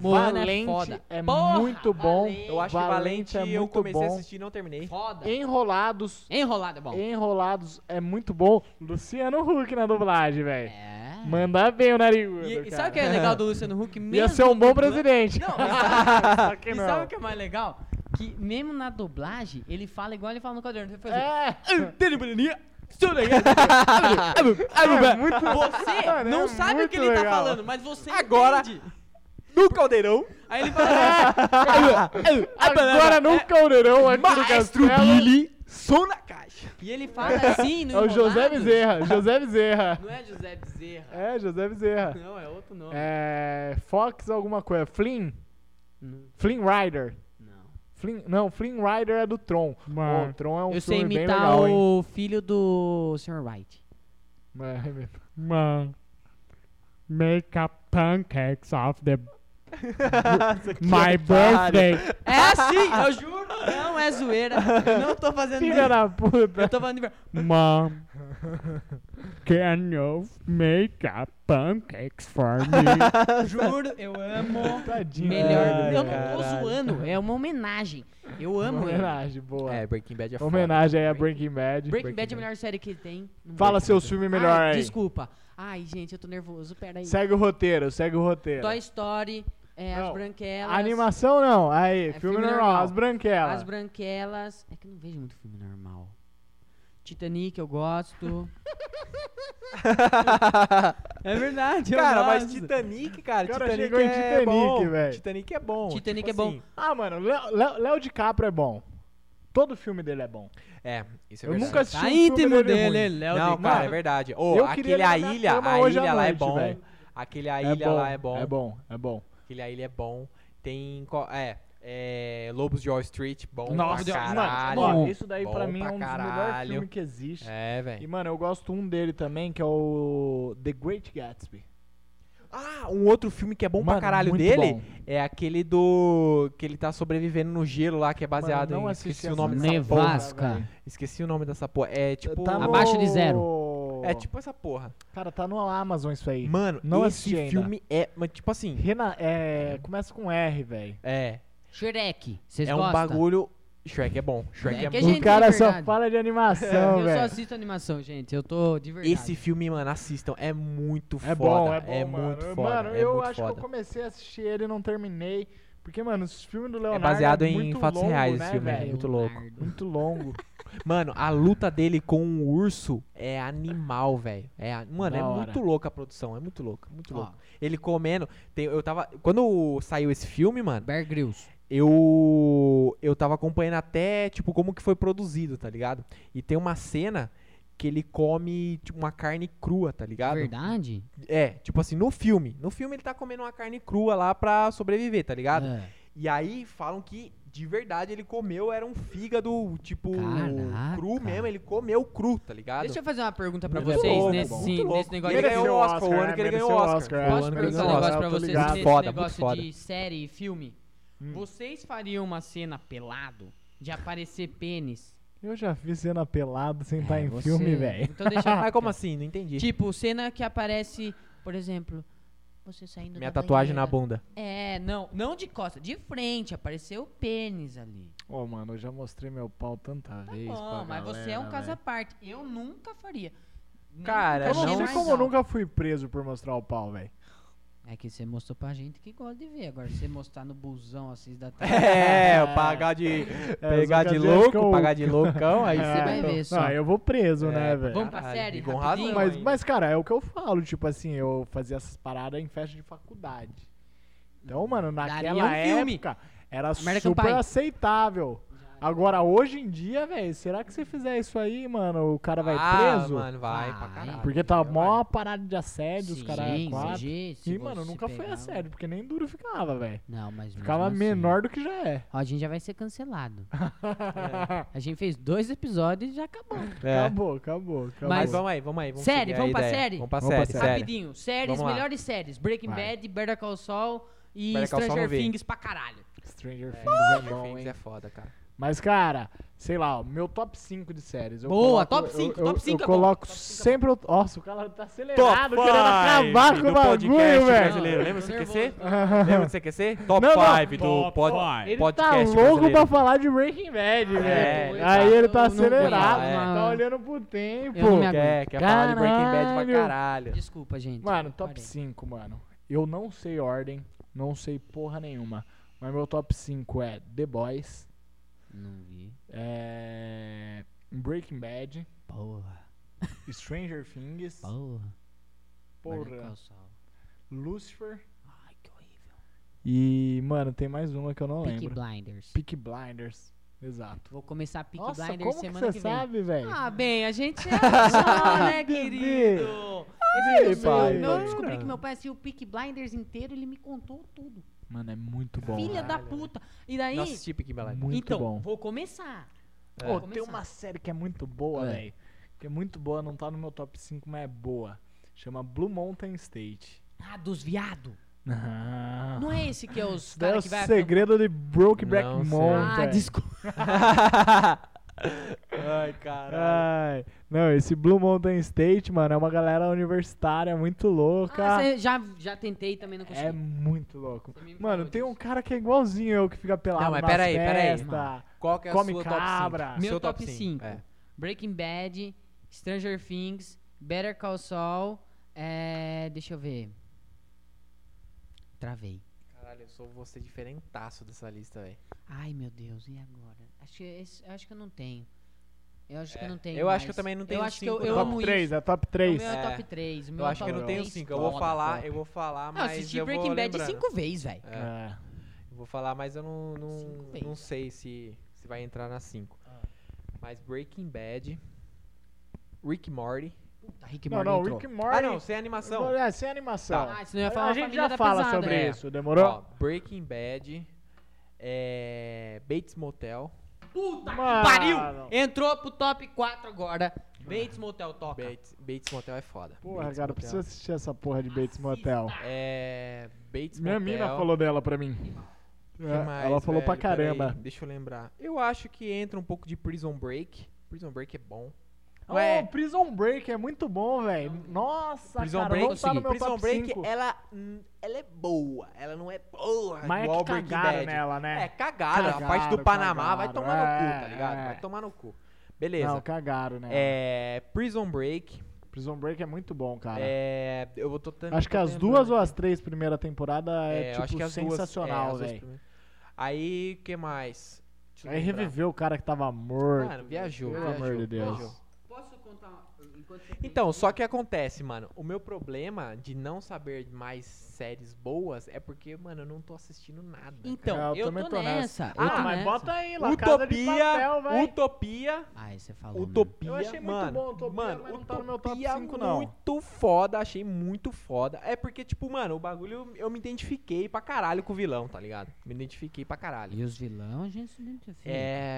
Speaker 3: Moana é
Speaker 1: Valente
Speaker 3: foda.
Speaker 1: é,
Speaker 3: Porra,
Speaker 1: muito bom.
Speaker 3: Valente.
Speaker 2: Eu acho
Speaker 1: Valente
Speaker 2: Valente,
Speaker 1: é
Speaker 2: Valente eu
Speaker 1: muito
Speaker 2: comecei a
Speaker 1: bom.
Speaker 2: assistir e não terminei.
Speaker 3: Foda.
Speaker 1: Enrolados.
Speaker 3: Enrolado é bom.
Speaker 1: Enrolados é muito bom. Luciano Huck na dublagem, velho.
Speaker 3: É.
Speaker 1: Mandar bem o narigudo,
Speaker 3: E, e
Speaker 1: cara.
Speaker 3: sabe o que é legal do Luciano Huck? Mesmo
Speaker 1: Ia ser um bom
Speaker 3: dublando-
Speaker 1: presidente.
Speaker 3: Não, e sabe,
Speaker 1: Só que
Speaker 3: e
Speaker 1: não.
Speaker 3: sabe o que é mais legal? Que mesmo na dublagem, ele fala igual ele fala no caderno. Ele faz assim,
Speaker 1: É,
Speaker 2: É muito-
Speaker 3: Você
Speaker 1: Mano,
Speaker 3: não
Speaker 1: é
Speaker 3: sabe o que
Speaker 1: muito
Speaker 3: ele tá
Speaker 1: legal.
Speaker 3: falando, mas você
Speaker 2: Agora-
Speaker 3: entende.
Speaker 2: No caldeirão.
Speaker 3: Aí ele fala assim, ah,
Speaker 1: agora no caldeirão aqui do
Speaker 2: Maestro
Speaker 1: Castelo.
Speaker 2: Billy, som na caixa.
Speaker 3: e ele fala assim no
Speaker 1: É o José
Speaker 3: Enrolados.
Speaker 1: Bezerra, José Bezerra.
Speaker 3: Não é José Bezerra.
Speaker 1: É, José Bezerra.
Speaker 3: Não, é outro nome.
Speaker 1: É, Fox alguma coisa. Flynn?
Speaker 3: Não.
Speaker 1: Flynn Rider.
Speaker 3: não.
Speaker 1: Flynn, não, Flynn Rider é do Tron. Ô, o Tron é um
Speaker 3: Eu sei
Speaker 1: filme bem
Speaker 3: imitar
Speaker 1: legal, hein?
Speaker 3: o filho do Sr. White.
Speaker 1: Mano,
Speaker 6: Man, make up pancakes of the my birthday.
Speaker 3: É assim, eu juro. Não é zoeira. Eu não tô fazendo
Speaker 1: Filha
Speaker 3: isso.
Speaker 1: da puta.
Speaker 3: Eu tô falando de ver-
Speaker 6: Mom, can you make up pancakes for me?
Speaker 3: Juro, eu amo.
Speaker 1: Tadinho. É,
Speaker 3: Melhor.
Speaker 1: Ai,
Speaker 3: eu não
Speaker 1: cara.
Speaker 3: tô zoando, é uma homenagem. Eu amo ele.
Speaker 1: Homenagem, boa.
Speaker 2: É, Breaking Bad é foda.
Speaker 1: Homenagem aí a Breaking Bad.
Speaker 3: Breaking Bad é
Speaker 2: Breaking assim,
Speaker 3: a melhor série que tem. Não
Speaker 1: Fala
Speaker 3: vou-
Speaker 1: seus
Speaker 2: é
Speaker 1: filmes melhor
Speaker 3: Ai,
Speaker 1: aí.
Speaker 3: Desculpa. Ai, gente, eu tô nervoso. Pera aí.
Speaker 1: Segue o roteiro, segue o roteiro.
Speaker 3: Toy Story, é, As
Speaker 1: Não,
Speaker 3: Branquelas.
Speaker 1: Animação não, aí,
Speaker 3: É
Speaker 1: filme,
Speaker 3: filme
Speaker 1: normal,
Speaker 3: normal.
Speaker 1: As Branquelas.
Speaker 3: As Branquelas. É que eu não vejo muito filme normal. Titanic, eu gosto. é verdade, eu
Speaker 2: Cara,
Speaker 3: gosto.
Speaker 2: mas Titanic, cara,
Speaker 1: O cara
Speaker 2: Titanic
Speaker 1: chegou em
Speaker 2: é
Speaker 1: Titanic,
Speaker 2: bom.
Speaker 1: velho.
Speaker 2: Titanic é bom.
Speaker 3: Titanic
Speaker 2: tipo
Speaker 3: é bom.
Speaker 2: assim,
Speaker 1: Ah, mano, Léo- Léo Léo DiCaprio é bom. Todo filme dele é bom.
Speaker 2: é, isso é
Speaker 1: Eu
Speaker 2: verdade.
Speaker 1: nunca assisti
Speaker 3: Tá
Speaker 1: um filme
Speaker 3: íntimo
Speaker 1: dele ruim.
Speaker 3: dele, Léo
Speaker 2: Não,
Speaker 3: DiCaprio.
Speaker 2: cara, é verdade. Ô,
Speaker 1: eu queria
Speaker 2: aquele
Speaker 1: ele
Speaker 2: a
Speaker 1: na minha
Speaker 2: ilha, a
Speaker 1: cama hoje à
Speaker 2: ilha lá é
Speaker 1: noite,
Speaker 2: bom.
Speaker 1: velho.
Speaker 2: Aquele a ilha lá é bom.
Speaker 1: É bom, é bom.
Speaker 2: Aquele a ilha é bom. Tem co- é, é, Lobos de Wall Street, bom
Speaker 3: Nossa,
Speaker 2: pra
Speaker 3: mano,
Speaker 2: caralho.
Speaker 1: Ó, isso daí
Speaker 2: bom
Speaker 1: pra mim é
Speaker 2: pra
Speaker 1: um dos melhores
Speaker 2: caralho.
Speaker 1: filmes que existe.
Speaker 2: É,
Speaker 1: E,
Speaker 2: velho.
Speaker 1: mano, eu gosto um dele também, que é o The Great Gatsby.
Speaker 2: Ah, um outro filme que é bom
Speaker 1: Mano,
Speaker 2: pra caralho
Speaker 1: muito
Speaker 2: dele
Speaker 1: bom.
Speaker 2: é aquele do que ele tá sobrevivendo no gelo lá que é baseado
Speaker 1: Mano, não
Speaker 2: em
Speaker 1: assisti
Speaker 2: esqueci o
Speaker 1: essa
Speaker 2: nome
Speaker 1: merda,
Speaker 2: dessa porra.
Speaker 3: Nevasca.
Speaker 1: velho.
Speaker 2: Esqueci o nome dessa porra. É tipo
Speaker 1: Tá no-
Speaker 3: Abaixo de zero.
Speaker 2: É tipo essa porra.
Speaker 1: Cara, tá no Amazon isso aí.
Speaker 2: Mano,
Speaker 1: Não
Speaker 2: esse
Speaker 1: assisti ainda.
Speaker 2: filme é, mas tipo assim,
Speaker 1: Rena, é, começa com R, velho.
Speaker 2: é,
Speaker 3: Shrek. Vocês
Speaker 2: é um
Speaker 3: gostam?
Speaker 2: bagulho Shrek é bom. Shrek
Speaker 3: É
Speaker 2: é
Speaker 3: que a
Speaker 2: bom.
Speaker 3: gente-
Speaker 1: O cara só
Speaker 3: verdade.
Speaker 1: fala de animação,
Speaker 3: Eu só
Speaker 1: velho.
Speaker 3: assisto animação, gente. Eu tô de é verdade.
Speaker 2: Esse filme, mano, assistam, é muito
Speaker 1: É
Speaker 2: foda.
Speaker 1: bom, é bom, mano.
Speaker 2: muito
Speaker 1: Eu-
Speaker 2: foda.
Speaker 1: Mano,
Speaker 2: é
Speaker 1: eu
Speaker 2: muito
Speaker 1: acho
Speaker 2: foda.
Speaker 1: que eu comecei a assistir ele e não terminei. Porque, mano, os filmes do Leonardo
Speaker 2: baseado
Speaker 1: é
Speaker 2: em
Speaker 1: muito
Speaker 2: fatos
Speaker 1: longo,
Speaker 2: reais,
Speaker 1: né,
Speaker 2: esse filme, é
Speaker 1: velho?
Speaker 2: muito louco.
Speaker 3: Leonardo.
Speaker 1: Muito longo.
Speaker 2: Mano, a luta dele com o urso é animal, velho. É, a- mano,
Speaker 1: Da
Speaker 2: é
Speaker 1: hora.
Speaker 2: muito louca a produção, é muito louca, muito
Speaker 3: Ó.
Speaker 2: louca. Ele comendo, tem- eu tava, quando saiu esse filme, mano,
Speaker 3: Bear Grylls.
Speaker 2: eu eu tava acompanhando até tipo como que foi produzido, tá ligado? E tem uma cena que ele come tipo, uma carne crua, tá ligado?
Speaker 3: Verdade?
Speaker 2: É, tipo assim, no filme, no filme ele tá comendo uma carne crua lá pra sobreviver, tá ligado?
Speaker 3: É.
Speaker 2: E aí falam que de verdade ele comeu era um fígado tipo
Speaker 3: Caraca.
Speaker 2: cru mesmo, ele comeu cru, tá ligado?
Speaker 3: É.
Speaker 2: É
Speaker 3: Deixa eu fazer uma pergunta pra
Speaker 2: Muito
Speaker 3: vocês
Speaker 2: louco,
Speaker 3: nesse,
Speaker 2: muito louco.
Speaker 3: nesse negócio
Speaker 2: Ele é
Speaker 3: de né?
Speaker 2: ganhou o Oscar, o ano que ele
Speaker 1: mereceu
Speaker 2: ganhou o Oscar.
Speaker 1: é,
Speaker 2: Posso
Speaker 1: o ano
Speaker 3: Posso
Speaker 1: que ele
Speaker 3: perguntar
Speaker 2: Anderson
Speaker 1: ganhou o Oscar,
Speaker 2: Welles,
Speaker 3: um negócio pra
Speaker 1: eu tô
Speaker 3: vocês
Speaker 1: ligado. Tá
Speaker 3: nesse
Speaker 2: Tá Foda, muito
Speaker 3: negócio
Speaker 2: foda.
Speaker 3: de série e filme?
Speaker 1: Hum.
Speaker 3: Vocês fariam uma cena pelado de aparecer pênis?
Speaker 1: Eu já fiz cena pelada
Speaker 2: É,
Speaker 1: sem estar em
Speaker 3: Você-
Speaker 1: filme, velho.
Speaker 3: Então deixa eu...
Speaker 2: Mas como assim? Não entendi.
Speaker 3: Tipo, cena que aparece, por exemplo, você saindo
Speaker 2: Minha
Speaker 3: da
Speaker 2: tatuagem na
Speaker 3: banheira.
Speaker 2: bunda.
Speaker 3: É, não, não de costa, de frente, apareceu o pênis ali.
Speaker 1: Ô, mano, eu já mostrei meu pau tanta
Speaker 3: Tá
Speaker 1: vez.
Speaker 3: bom,
Speaker 1: pra
Speaker 3: mas
Speaker 1: galera, né?
Speaker 3: você é um caso à
Speaker 1: velho.
Speaker 3: parte. Eu nunca faria. Nem
Speaker 2: Cara,
Speaker 1: Eu
Speaker 3: nunca
Speaker 1: não
Speaker 2: Não,
Speaker 1: sei
Speaker 3: mais
Speaker 1: como eu
Speaker 3: alto.
Speaker 1: nunca fui preso por mostrar o pau, velho.
Speaker 3: É que você mostrou pra gente que gosta de ver. Agora, você mostrar no busão às seis da tarde.
Speaker 2: É, pagar de. Pegar
Speaker 1: ocasiões
Speaker 2: de
Speaker 1: que
Speaker 2: louco,
Speaker 1: eu-
Speaker 2: pagar de loucão, aí
Speaker 3: Você
Speaker 2: você
Speaker 3: vai ver só.
Speaker 1: Não, eu vou preso, né,
Speaker 2: É,
Speaker 1: velho?
Speaker 3: Vamos pra
Speaker 2: Caralho,
Speaker 3: série,
Speaker 2: e com
Speaker 3: rapidinho?
Speaker 2: razão,
Speaker 1: Mas,
Speaker 2: ainda.
Speaker 1: mas, cara, é o que eu falo. Tipo assim, eu fazia essas paradas em festa de faculdade. Então, mano,
Speaker 3: Daria
Speaker 1: naquela
Speaker 3: um filme.
Speaker 1: época era
Speaker 3: American
Speaker 1: super
Speaker 3: Pie.
Speaker 1: aceitável. Agora, hoje em dia, velho, será que se fizer isso aí, mano, o cara vai
Speaker 2: ah,
Speaker 1: preso?
Speaker 2: Mano, vai, pra
Speaker 3: Vai.
Speaker 2: caralho.
Speaker 1: Porque tá
Speaker 2: Vai.
Speaker 1: mó parada de assédio, os
Speaker 3: Sim,
Speaker 1: caras é
Speaker 3: sim,
Speaker 1: quatro.
Speaker 3: sim, se
Speaker 1: E, mano,
Speaker 3: você
Speaker 1: nunca foi
Speaker 3: pegar-
Speaker 1: assédio, porque nem duro ficava, velho.
Speaker 3: Não, mas mesmo
Speaker 1: Ficava
Speaker 2: Uhum,
Speaker 3: assim.
Speaker 1: menor do que já é.
Speaker 3: Ó, a gente já vai ser cancelado. É. A gente fez dois episódios e já acabou.
Speaker 2: É.
Speaker 1: Acabou, acabou, acabou.
Speaker 2: Mas
Speaker 3: Mas-
Speaker 2: vamos aí, vamos aí. Vamos
Speaker 3: Série,
Speaker 2: seguir a
Speaker 3: vamos pra
Speaker 2: ideia.
Speaker 3: série?
Speaker 2: Vamos pra
Speaker 1: Vamos pra
Speaker 2: série,
Speaker 1: série.
Speaker 2: sério.
Speaker 3: Rapidinho, séries,
Speaker 2: Vamos lá.
Speaker 3: melhores séries. Breaking
Speaker 1: Vai.
Speaker 3: Bad, Better Call Saul e
Speaker 2: Better Call Saul
Speaker 3: Stranger
Speaker 2: não vi.
Speaker 3: Things pra caralho.
Speaker 1: Stranger Things
Speaker 2: Stranger
Speaker 1: é bom,
Speaker 2: Things
Speaker 1: hein?
Speaker 2: é foda, cara.
Speaker 1: Mas, cara, sei lá, ó, meu top 5 de séries. Eu
Speaker 3: Boa,
Speaker 1: coloco-
Speaker 3: top 5,
Speaker 1: eu-
Speaker 3: top 5
Speaker 1: Eu, eu
Speaker 3: é bom,
Speaker 1: coloco
Speaker 3: top 5 é
Speaker 1: sempre... o- Nossa, o cara tá acelerado,
Speaker 2: Top
Speaker 1: querendo
Speaker 2: five
Speaker 1: acabar com o
Speaker 2: do
Speaker 1: bagulho,
Speaker 2: podcast né?
Speaker 1: velho.
Speaker 2: brasileiro. Lembra
Speaker 3: Tô
Speaker 2: do
Speaker 3: nervoso.
Speaker 2: CQC? Lembra do CQC? Top
Speaker 1: Não, não.
Speaker 2: 5 do pod-
Speaker 1: Ele tá
Speaker 2: podcast
Speaker 1: louco
Speaker 2: brasileiro.
Speaker 1: pra falar de Breaking Bad,
Speaker 2: Ah,
Speaker 1: velho.
Speaker 2: é,
Speaker 1: Aí
Speaker 2: tá.
Speaker 1: ele tá
Speaker 3: Eu não
Speaker 1: acelerado,
Speaker 2: aguento, é.
Speaker 1: mano.
Speaker 3: não.
Speaker 1: Tá olhando pro tempo.
Speaker 3: Eu não me aguento.
Speaker 2: Quer, quer falar de Breaking Bad
Speaker 1: Caralho.
Speaker 2: pra caralho.
Speaker 3: Desculpa, gente.
Speaker 1: É. Mano, top
Speaker 3: Parei.
Speaker 1: 5, mano. Eu não sei ordem, não sei porra nenhuma. Mas meu top 5 é The Boys,
Speaker 3: Não vi.
Speaker 1: é... Breaking Bad,
Speaker 3: Porra,
Speaker 1: Stranger Things,
Speaker 3: porra. Better
Speaker 1: porra,
Speaker 3: Call Saul.
Speaker 1: Lucifer
Speaker 3: Ai, que horrível.
Speaker 1: e, mano, tem mais uma que eu não
Speaker 3: Peaky
Speaker 1: lembro.
Speaker 3: Blinders.
Speaker 1: Peak Blinders. Exato.
Speaker 3: Vou começar Peaky
Speaker 1: Nossa,
Speaker 3: Blinders
Speaker 1: como que
Speaker 3: semana
Speaker 1: você
Speaker 3: que, vem.
Speaker 1: sabe, velho?
Speaker 3: Ah, bem, a gente é achou, né,
Speaker 1: Bebê.
Speaker 3: querido?
Speaker 1: Ai,
Speaker 3: Esse é meu
Speaker 1: pai, É.
Speaker 3: sonho, não, eu
Speaker 1: cara.
Speaker 3: descobri que meu pai assistiu o Peaky Blinders inteiro, ele me contou tudo.
Speaker 1: Mano, é muito bom.
Speaker 3: Filha da
Speaker 2: Caralho.
Speaker 3: puta. E daí,
Speaker 2: Nossa, tipo assisti Peaky Blinders.
Speaker 1: Muito
Speaker 3: então,
Speaker 1: bom. É.
Speaker 3: vou começar.
Speaker 1: Pô,
Speaker 3: Vou
Speaker 1: tem
Speaker 3: começar.
Speaker 1: uma série que é muito boa,
Speaker 3: É.
Speaker 1: velho. Que é muito boa, não tá no meu top 5, mas é boa. Chama Blue Mountain State.
Speaker 3: Ah, dos viado.
Speaker 1: Não,
Speaker 3: Não é esse que é os
Speaker 1: é
Speaker 3: cara
Speaker 1: o
Speaker 3: que vai...
Speaker 1: segredo né? de Brokeback
Speaker 2: Não sei.
Speaker 1: Mountain.
Speaker 3: Ah, desculpa. Ah,
Speaker 2: Ai, caralho.
Speaker 1: Ai, não, esse Blue Mountain State, mano, é uma galera universitária muito
Speaker 3: Ah,
Speaker 1: louca.
Speaker 3: cê- já, já tentei também, não consegui.
Speaker 1: é muito louco.
Speaker 3: Você me falou
Speaker 1: Mano, tem um
Speaker 3: disso.
Speaker 1: cara que é igualzinho eu que fica pelado
Speaker 2: Não, mas
Speaker 1: nas
Speaker 2: peraí, peraí,
Speaker 1: festas.
Speaker 3: mano.
Speaker 2: Qual que é a
Speaker 1: Come
Speaker 2: sua
Speaker 1: cabra.
Speaker 2: top 5?
Speaker 3: Meu
Speaker 2: Seu
Speaker 3: top
Speaker 2: cinco.
Speaker 3: cinco.
Speaker 2: É.
Speaker 3: Breaking Bad, Stranger Things, Better Call Saul, é, deixa eu ver. Travei.
Speaker 2: Caralho, eu sou você diferentaço dessa lista, velho.
Speaker 3: Ai, meu Deus, e agora? Acho que, esse- eu acho que eu não tenho. Eu acho
Speaker 2: É,
Speaker 3: que eu não tenho.
Speaker 2: eu acho
Speaker 3: mais.
Speaker 2: que eu também não
Speaker 3: Eu
Speaker 2: tenho
Speaker 3: acho que eu,
Speaker 2: cinco,
Speaker 3: eu
Speaker 2: não.
Speaker 3: amo
Speaker 1: top 3,
Speaker 3: isso.
Speaker 1: é top
Speaker 3: O
Speaker 1: 3.
Speaker 3: meu é
Speaker 2: É.
Speaker 3: top 3.
Speaker 2: Eu acho que eu não tenho 5. Eu vou falar, eu vou falar,
Speaker 3: Não,
Speaker 2: mas
Speaker 3: assisti
Speaker 2: eu vou
Speaker 3: Breaking Bad é
Speaker 2: lembrando.
Speaker 3: cinco vezes, velho.
Speaker 2: É. Eu vou falar, mas eu não, não,
Speaker 3: Cinco
Speaker 2: não
Speaker 3: vezes. né? Ah.
Speaker 2: sei se, se vai entrar na 5. Mas Breaking Bad, Rick e Morty.
Speaker 3: Puta, Tá, Rick
Speaker 1: Não,
Speaker 3: Morty
Speaker 1: não,
Speaker 3: entrou.
Speaker 1: Rick and Morty.
Speaker 2: Ah, não, sem animação.
Speaker 1: É, sem animação.
Speaker 3: Ah, senão eu ia falar
Speaker 1: a
Speaker 3: uma
Speaker 1: gente
Speaker 3: família
Speaker 1: já
Speaker 3: da
Speaker 1: fala
Speaker 3: pesada.
Speaker 1: sobre
Speaker 2: Tá. É.
Speaker 1: isso, demorou?
Speaker 2: Ó, Breaking Bad, é, Bates Motel.
Speaker 3: Puta
Speaker 1: Mano.
Speaker 3: que pariu! Entrou pro top 4 agora. Bates Motel toca.
Speaker 2: Bates, Bates Motel é foda.
Speaker 1: Porra,
Speaker 2: Bates
Speaker 1: cara, eu
Speaker 2: Motel.
Speaker 1: preciso assistir essa porra de Bates Motel.
Speaker 2: É, Bates
Speaker 1: Minha
Speaker 2: Motel.
Speaker 1: mina falou dela pra mim.
Speaker 2: que
Speaker 1: É,
Speaker 2: mais,
Speaker 1: ela falou pra
Speaker 2: velho? Peraí,
Speaker 1: caramba.
Speaker 2: deixa eu lembrar. Eu acho que entra um pouco de Prison Break. Prison Break é bom.
Speaker 1: Oh,
Speaker 2: Não é-
Speaker 1: Prison Break é muito bom, velho. Nossa,
Speaker 2: Prison
Speaker 1: cara,
Speaker 2: Break,
Speaker 1: não tá no
Speaker 2: consegui.
Speaker 1: meu
Speaker 2: Prison
Speaker 1: top
Speaker 2: Break,
Speaker 1: 5.
Speaker 2: ela, hum, ela é boa. Ela não é boa
Speaker 1: Mas é
Speaker 2: igual
Speaker 1: que
Speaker 2: Breaking
Speaker 1: cagaram
Speaker 2: Bad.
Speaker 1: nela, né?
Speaker 2: É, cagaram. a parte do
Speaker 1: Cagaram,
Speaker 2: Panamá vai
Speaker 1: cagaram,
Speaker 2: tomar no cu,
Speaker 1: é,
Speaker 2: tá ligado?
Speaker 1: é.
Speaker 2: Vai tomar no cu. Beleza.
Speaker 1: Não, cagaram, né?
Speaker 2: É, Prison Break.
Speaker 1: Prison Break é muito bom, cara.
Speaker 2: É, eu vou tô tentando-
Speaker 1: acho que
Speaker 2: tô
Speaker 1: as
Speaker 2: tentando
Speaker 1: duas ou
Speaker 2: aqui.
Speaker 1: as três primeiras temporadas é,
Speaker 2: eu
Speaker 1: tipo,
Speaker 2: acho que as duas- é,
Speaker 1: sensacional,
Speaker 2: as duas
Speaker 1: velho.
Speaker 2: primeiras. Aí, o que mais? Deixa eu
Speaker 1: Aí
Speaker 2: lembrar.
Speaker 1: reviveu o cara que
Speaker 2: Ah,
Speaker 1: tava morto.
Speaker 2: Mano, viajou,
Speaker 1: Pelo
Speaker 2: viajou,
Speaker 1: amor de Deus.
Speaker 2: viajou.
Speaker 4: Posso contar enquanto você
Speaker 2: Então, só que acontece, mano. O meu problema de não saber mais séries boas é porque, mano, eu não tô assistindo nada.
Speaker 3: Então,
Speaker 1: É, eu
Speaker 3: eu,
Speaker 1: também
Speaker 3: tô,
Speaker 1: tô nessa.
Speaker 3: nessa.
Speaker 1: ah,
Speaker 3: eu tô
Speaker 1: mas
Speaker 3: nessa.
Speaker 1: bota aí, lá Casa de
Speaker 2: Utopia,
Speaker 1: Papel, vai.
Speaker 2: Utopia,
Speaker 3: Ai, você falou. mano.
Speaker 2: Utopia,
Speaker 1: Eu achei muito
Speaker 2: mano,
Speaker 1: bom Utopia,
Speaker 2: mano,
Speaker 1: mas não tá no meu top
Speaker 2: Utopia é
Speaker 1: cinco, não.
Speaker 2: muito foda, achei muito foda. É porque, tipo, mano, o bagulho, eu me identifiquei pra caralho com o vilão, tá ligado? Me identifiquei pra caralho.
Speaker 3: E os vilão, a gente se identifica.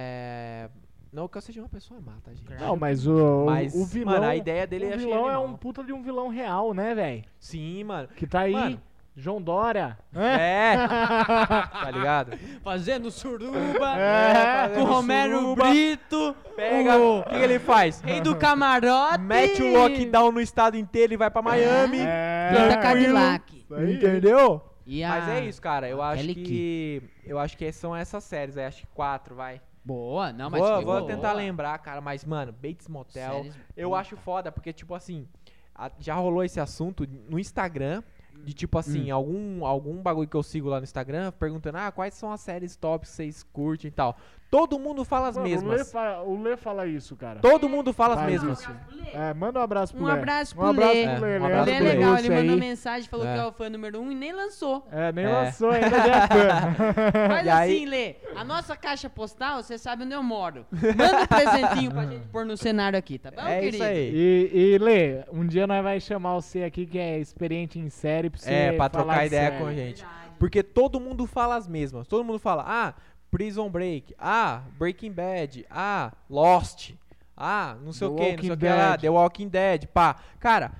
Speaker 2: É... Não que eu seja uma pessoa má, tá, gente?
Speaker 1: Não, mas o,
Speaker 2: Mas,
Speaker 1: o vilão,
Speaker 2: mano, a ideia dele eu
Speaker 1: o
Speaker 2: achei
Speaker 1: vilão é
Speaker 2: animal.
Speaker 1: um puta de um vilão real, né, velho?
Speaker 2: Sim, mano.
Speaker 1: Que tá aí,
Speaker 2: Mano.
Speaker 1: João Dória.
Speaker 2: É, tá ligado?
Speaker 3: Fazendo suruba
Speaker 1: É,
Speaker 3: com
Speaker 2: fazendo
Speaker 3: o Romero
Speaker 2: suruba.
Speaker 3: Brito,
Speaker 2: Pega, o que, que ele faz?
Speaker 3: rei do camarote.
Speaker 2: Mete o lockdown no estado inteiro e vai pra Miami.
Speaker 1: É,
Speaker 3: Pinta
Speaker 1: tranquilo.
Speaker 3: Cadillac.
Speaker 1: Isso
Speaker 4: Tá
Speaker 1: aí.
Speaker 2: Entendeu?
Speaker 3: E a...
Speaker 2: Mas é isso, cara. Eu acho
Speaker 3: Kelly
Speaker 2: que. Eu acho que são essas séries aí. Acho que quatro, vai.
Speaker 3: Boa, não, mas.
Speaker 2: vou
Speaker 3: foi
Speaker 2: vou
Speaker 3: boa.
Speaker 2: tentar lembrar, cara. Mas, mano, Bates Motel.
Speaker 3: Séries
Speaker 2: Eu
Speaker 3: boas.
Speaker 2: acho foda, porque, tipo assim. a- já rolou esse assunto no Instagram. De tipo
Speaker 3: Hum.
Speaker 2: assim, algum, algum bagulho que eu sigo lá no Instagram, perguntando, ah, quais são as séries top que vocês curtem e tal. Todo mundo fala as
Speaker 1: Mano, O Lê,
Speaker 2: mesmas.
Speaker 1: fa- o Lê fala isso, cara.
Speaker 2: Todo mundo fala as
Speaker 1: Faz
Speaker 2: mesmas.
Speaker 1: isso. É, manda um abraço pro
Speaker 3: Um
Speaker 1: Lê.
Speaker 3: abraço pro
Speaker 1: um abraço
Speaker 3: Lê.
Speaker 1: pro Lê.
Speaker 2: É, um
Speaker 1: Lê.
Speaker 2: abraço Ele
Speaker 3: Ele é
Speaker 2: pro Lê.
Speaker 3: legal, ele
Speaker 1: Esse
Speaker 3: mandou
Speaker 1: aí.
Speaker 3: mensagem, falou
Speaker 2: É.
Speaker 3: que é o fã número 1 um e nem lançou.
Speaker 1: É, nem
Speaker 2: É.
Speaker 1: lançou ainda, já é fã.
Speaker 3: Faz
Speaker 2: E
Speaker 3: assim,
Speaker 2: aí-
Speaker 3: Lê. A nossa caixa postal, você sabe onde eu moro. Manda um presentinho pra gente pôr no cenário aqui, tá bom,
Speaker 2: É
Speaker 3: querido?
Speaker 2: isso aí.
Speaker 1: E, e Lê, um dia nós vai chamar você aqui que é experiente em série pra você
Speaker 2: É, pra
Speaker 1: falar
Speaker 2: trocar
Speaker 1: de
Speaker 2: ideia
Speaker 1: série.
Speaker 2: com a gente. Porque todo mundo fala as mesmas. Todo mundo fala, ah, Prison Break, ah, Breaking Bad, ah, Lost, ah, não sei
Speaker 1: The
Speaker 2: o que, não
Speaker 1: Walking
Speaker 2: sei o que lá,
Speaker 1: Dead.
Speaker 2: The Walking Dead, pá. Cara,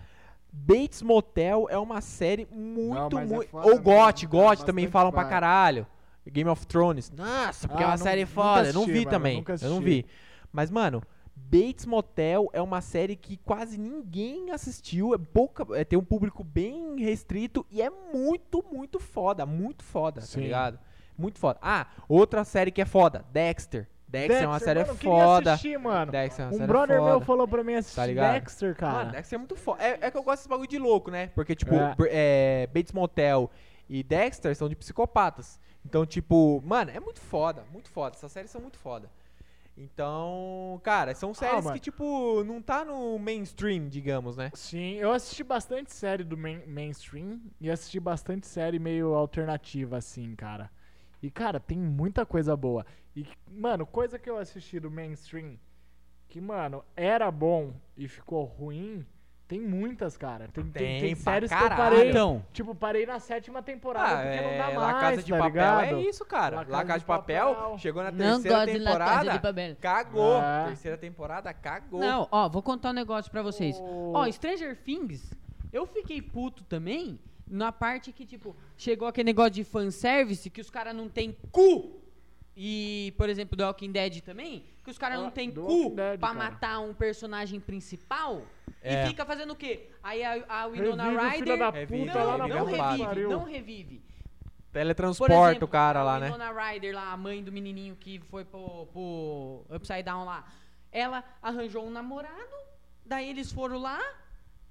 Speaker 2: Bates Motel é uma série muito,
Speaker 1: mas é
Speaker 2: muito.
Speaker 1: foda
Speaker 2: Ou
Speaker 1: mesmo, cara,
Speaker 2: GOT, GOT também
Speaker 1: bastante
Speaker 2: falam pra
Speaker 1: vai.
Speaker 2: caralho. Game of Thrones, nossa, porque é
Speaker 1: Ah,
Speaker 2: uma
Speaker 1: não-
Speaker 2: série
Speaker 1: nunca
Speaker 2: foda. Eu não
Speaker 1: assisti,
Speaker 2: vi
Speaker 1: mano,
Speaker 2: também.
Speaker 1: nunca
Speaker 2: Eu não
Speaker 1: assisti.
Speaker 2: vi. Mas, mano. Bates Motel é uma série que quase ninguém assistiu, é pouca, é, tem um público bem restrito e é muito, muito foda, muito foda,
Speaker 1: Sim.
Speaker 2: tá ligado? Muito foda. Ah, outra série que é foda, Dexter. Dexter, é uma
Speaker 1: Dexter,
Speaker 2: série
Speaker 1: mano, eu queria
Speaker 2: foda.
Speaker 1: assistir, mano.
Speaker 2: Dexter é uma
Speaker 1: Um
Speaker 2: série
Speaker 1: brother
Speaker 2: foda.
Speaker 1: meu falou pra mim assim,
Speaker 2: Tá
Speaker 1: assistir
Speaker 2: ligado?
Speaker 1: Dexter, cara.
Speaker 2: Mano, Dexter é muito foda. É, é que eu gosto desse bagulho de louco, né? Porque, tipo,
Speaker 1: É.
Speaker 2: Br- é, Bates Motel e Dexter são de psicopatas. Então, tipo, mano, é muito foda, muito foda. Essas séries são muito foda. Então, cara, são séries
Speaker 1: Ah, mano.
Speaker 2: que, tipo, não tá no mainstream, digamos, né?
Speaker 1: Sim, eu assisti bastante série do main- mainstream e assisti bastante série meio alternativa, assim, cara. E, cara, tem muita coisa boa. E, mano, coisa que eu assisti do mainstream que, mano, era bom e ficou ruim, tem muitas, cara. Tem, tem,
Speaker 2: Tem
Speaker 1: tem
Speaker 2: pra
Speaker 1: séries que eu
Speaker 2: caralho. Ah, é,
Speaker 1: parei.
Speaker 3: Então,
Speaker 1: Tipo, parei na sétima temporada porque não dá mais,
Speaker 2: La Casa de
Speaker 1: tá
Speaker 2: Papel
Speaker 1: ligado?
Speaker 2: é isso, cara.
Speaker 1: La
Speaker 2: La
Speaker 1: Casa
Speaker 2: Casa,
Speaker 1: de
Speaker 2: de Papel,
Speaker 1: Papel.
Speaker 2: chegou na
Speaker 3: não
Speaker 2: terceira
Speaker 3: gosto de La Casa de
Speaker 2: temporada,
Speaker 3: Papel.
Speaker 2: cagou.
Speaker 1: É.
Speaker 2: Terceira temporada, cagou.
Speaker 3: Não, ó, vou contar um negócio pra vocês.
Speaker 1: O-
Speaker 3: Ó, Stranger Things, eu fiquei puto também na parte que, tipo, chegou aquele negócio de fanservice que os caras não tem cu. E, por exemplo, do Walking Dead também, que os caras
Speaker 1: Ah,
Speaker 3: não tem
Speaker 1: do
Speaker 3: cu
Speaker 1: Walking Dead,
Speaker 3: pra
Speaker 1: cara.
Speaker 3: matar um personagem principal.
Speaker 2: É.
Speaker 3: E fica fazendo o quê? Aí a, a Winona
Speaker 1: Revive o filho
Speaker 3: Ryder...
Speaker 1: da puta
Speaker 2: Revive,
Speaker 1: lá na puta que
Speaker 2: revive,
Speaker 3: não, não
Speaker 2: revive,
Speaker 1: pariu.
Speaker 3: revive, não revive.
Speaker 2: Teletransporta o cara
Speaker 7: a
Speaker 2: lá, né?
Speaker 7: Winona Ryder lá, a mãe do menininho que foi pro, pro Upside Down lá. Ela arranjou um namorado, daí eles foram lá.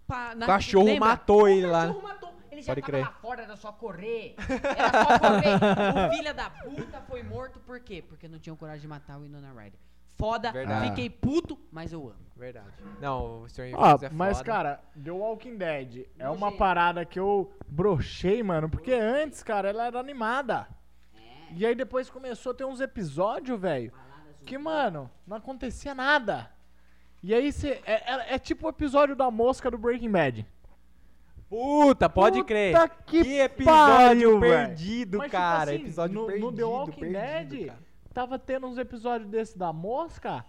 Speaker 7: pra- na-
Speaker 2: O cachorro
Speaker 7: lembra?
Speaker 2: matou
Speaker 7: O
Speaker 2: ele lá.
Speaker 7: cachorro matou. Ele já
Speaker 2: Pode
Speaker 7: tava
Speaker 2: crer.
Speaker 7: lá fora, era só correr. Era só correr. o filho da puta foi morto, por quê? Porque não tinham coragem de matar o Winona Ryder. Foda,
Speaker 2: Verdade.
Speaker 7: fiquei puto, mas eu amo.
Speaker 2: Verdade. Não, o Stranger
Speaker 1: Ah,
Speaker 2: Things é
Speaker 1: mas
Speaker 2: foda.
Speaker 1: cara, The Walking Dead é uma
Speaker 7: Nojento.
Speaker 1: parada que eu brochei, mano, porque antes, cara, ela era animada.
Speaker 2: É.
Speaker 1: E aí depois começou a ter uns episódios, velho, que, mano, não acontecia nada. E aí você. É, é- é tipo o episódio da mosca do Breaking Bad.
Speaker 2: Puta, pode
Speaker 1: Puta
Speaker 2: crer.
Speaker 1: que
Speaker 2: episódio
Speaker 1: pariu, velho.
Speaker 2: perdido,
Speaker 1: Mas, tipo
Speaker 2: cara.
Speaker 1: assim,
Speaker 2: episódio
Speaker 1: no,
Speaker 2: perdido.
Speaker 1: no The Walking
Speaker 2: perdido,
Speaker 1: Dead,
Speaker 2: cara.
Speaker 1: tava tendo uns episódios desse da mosca.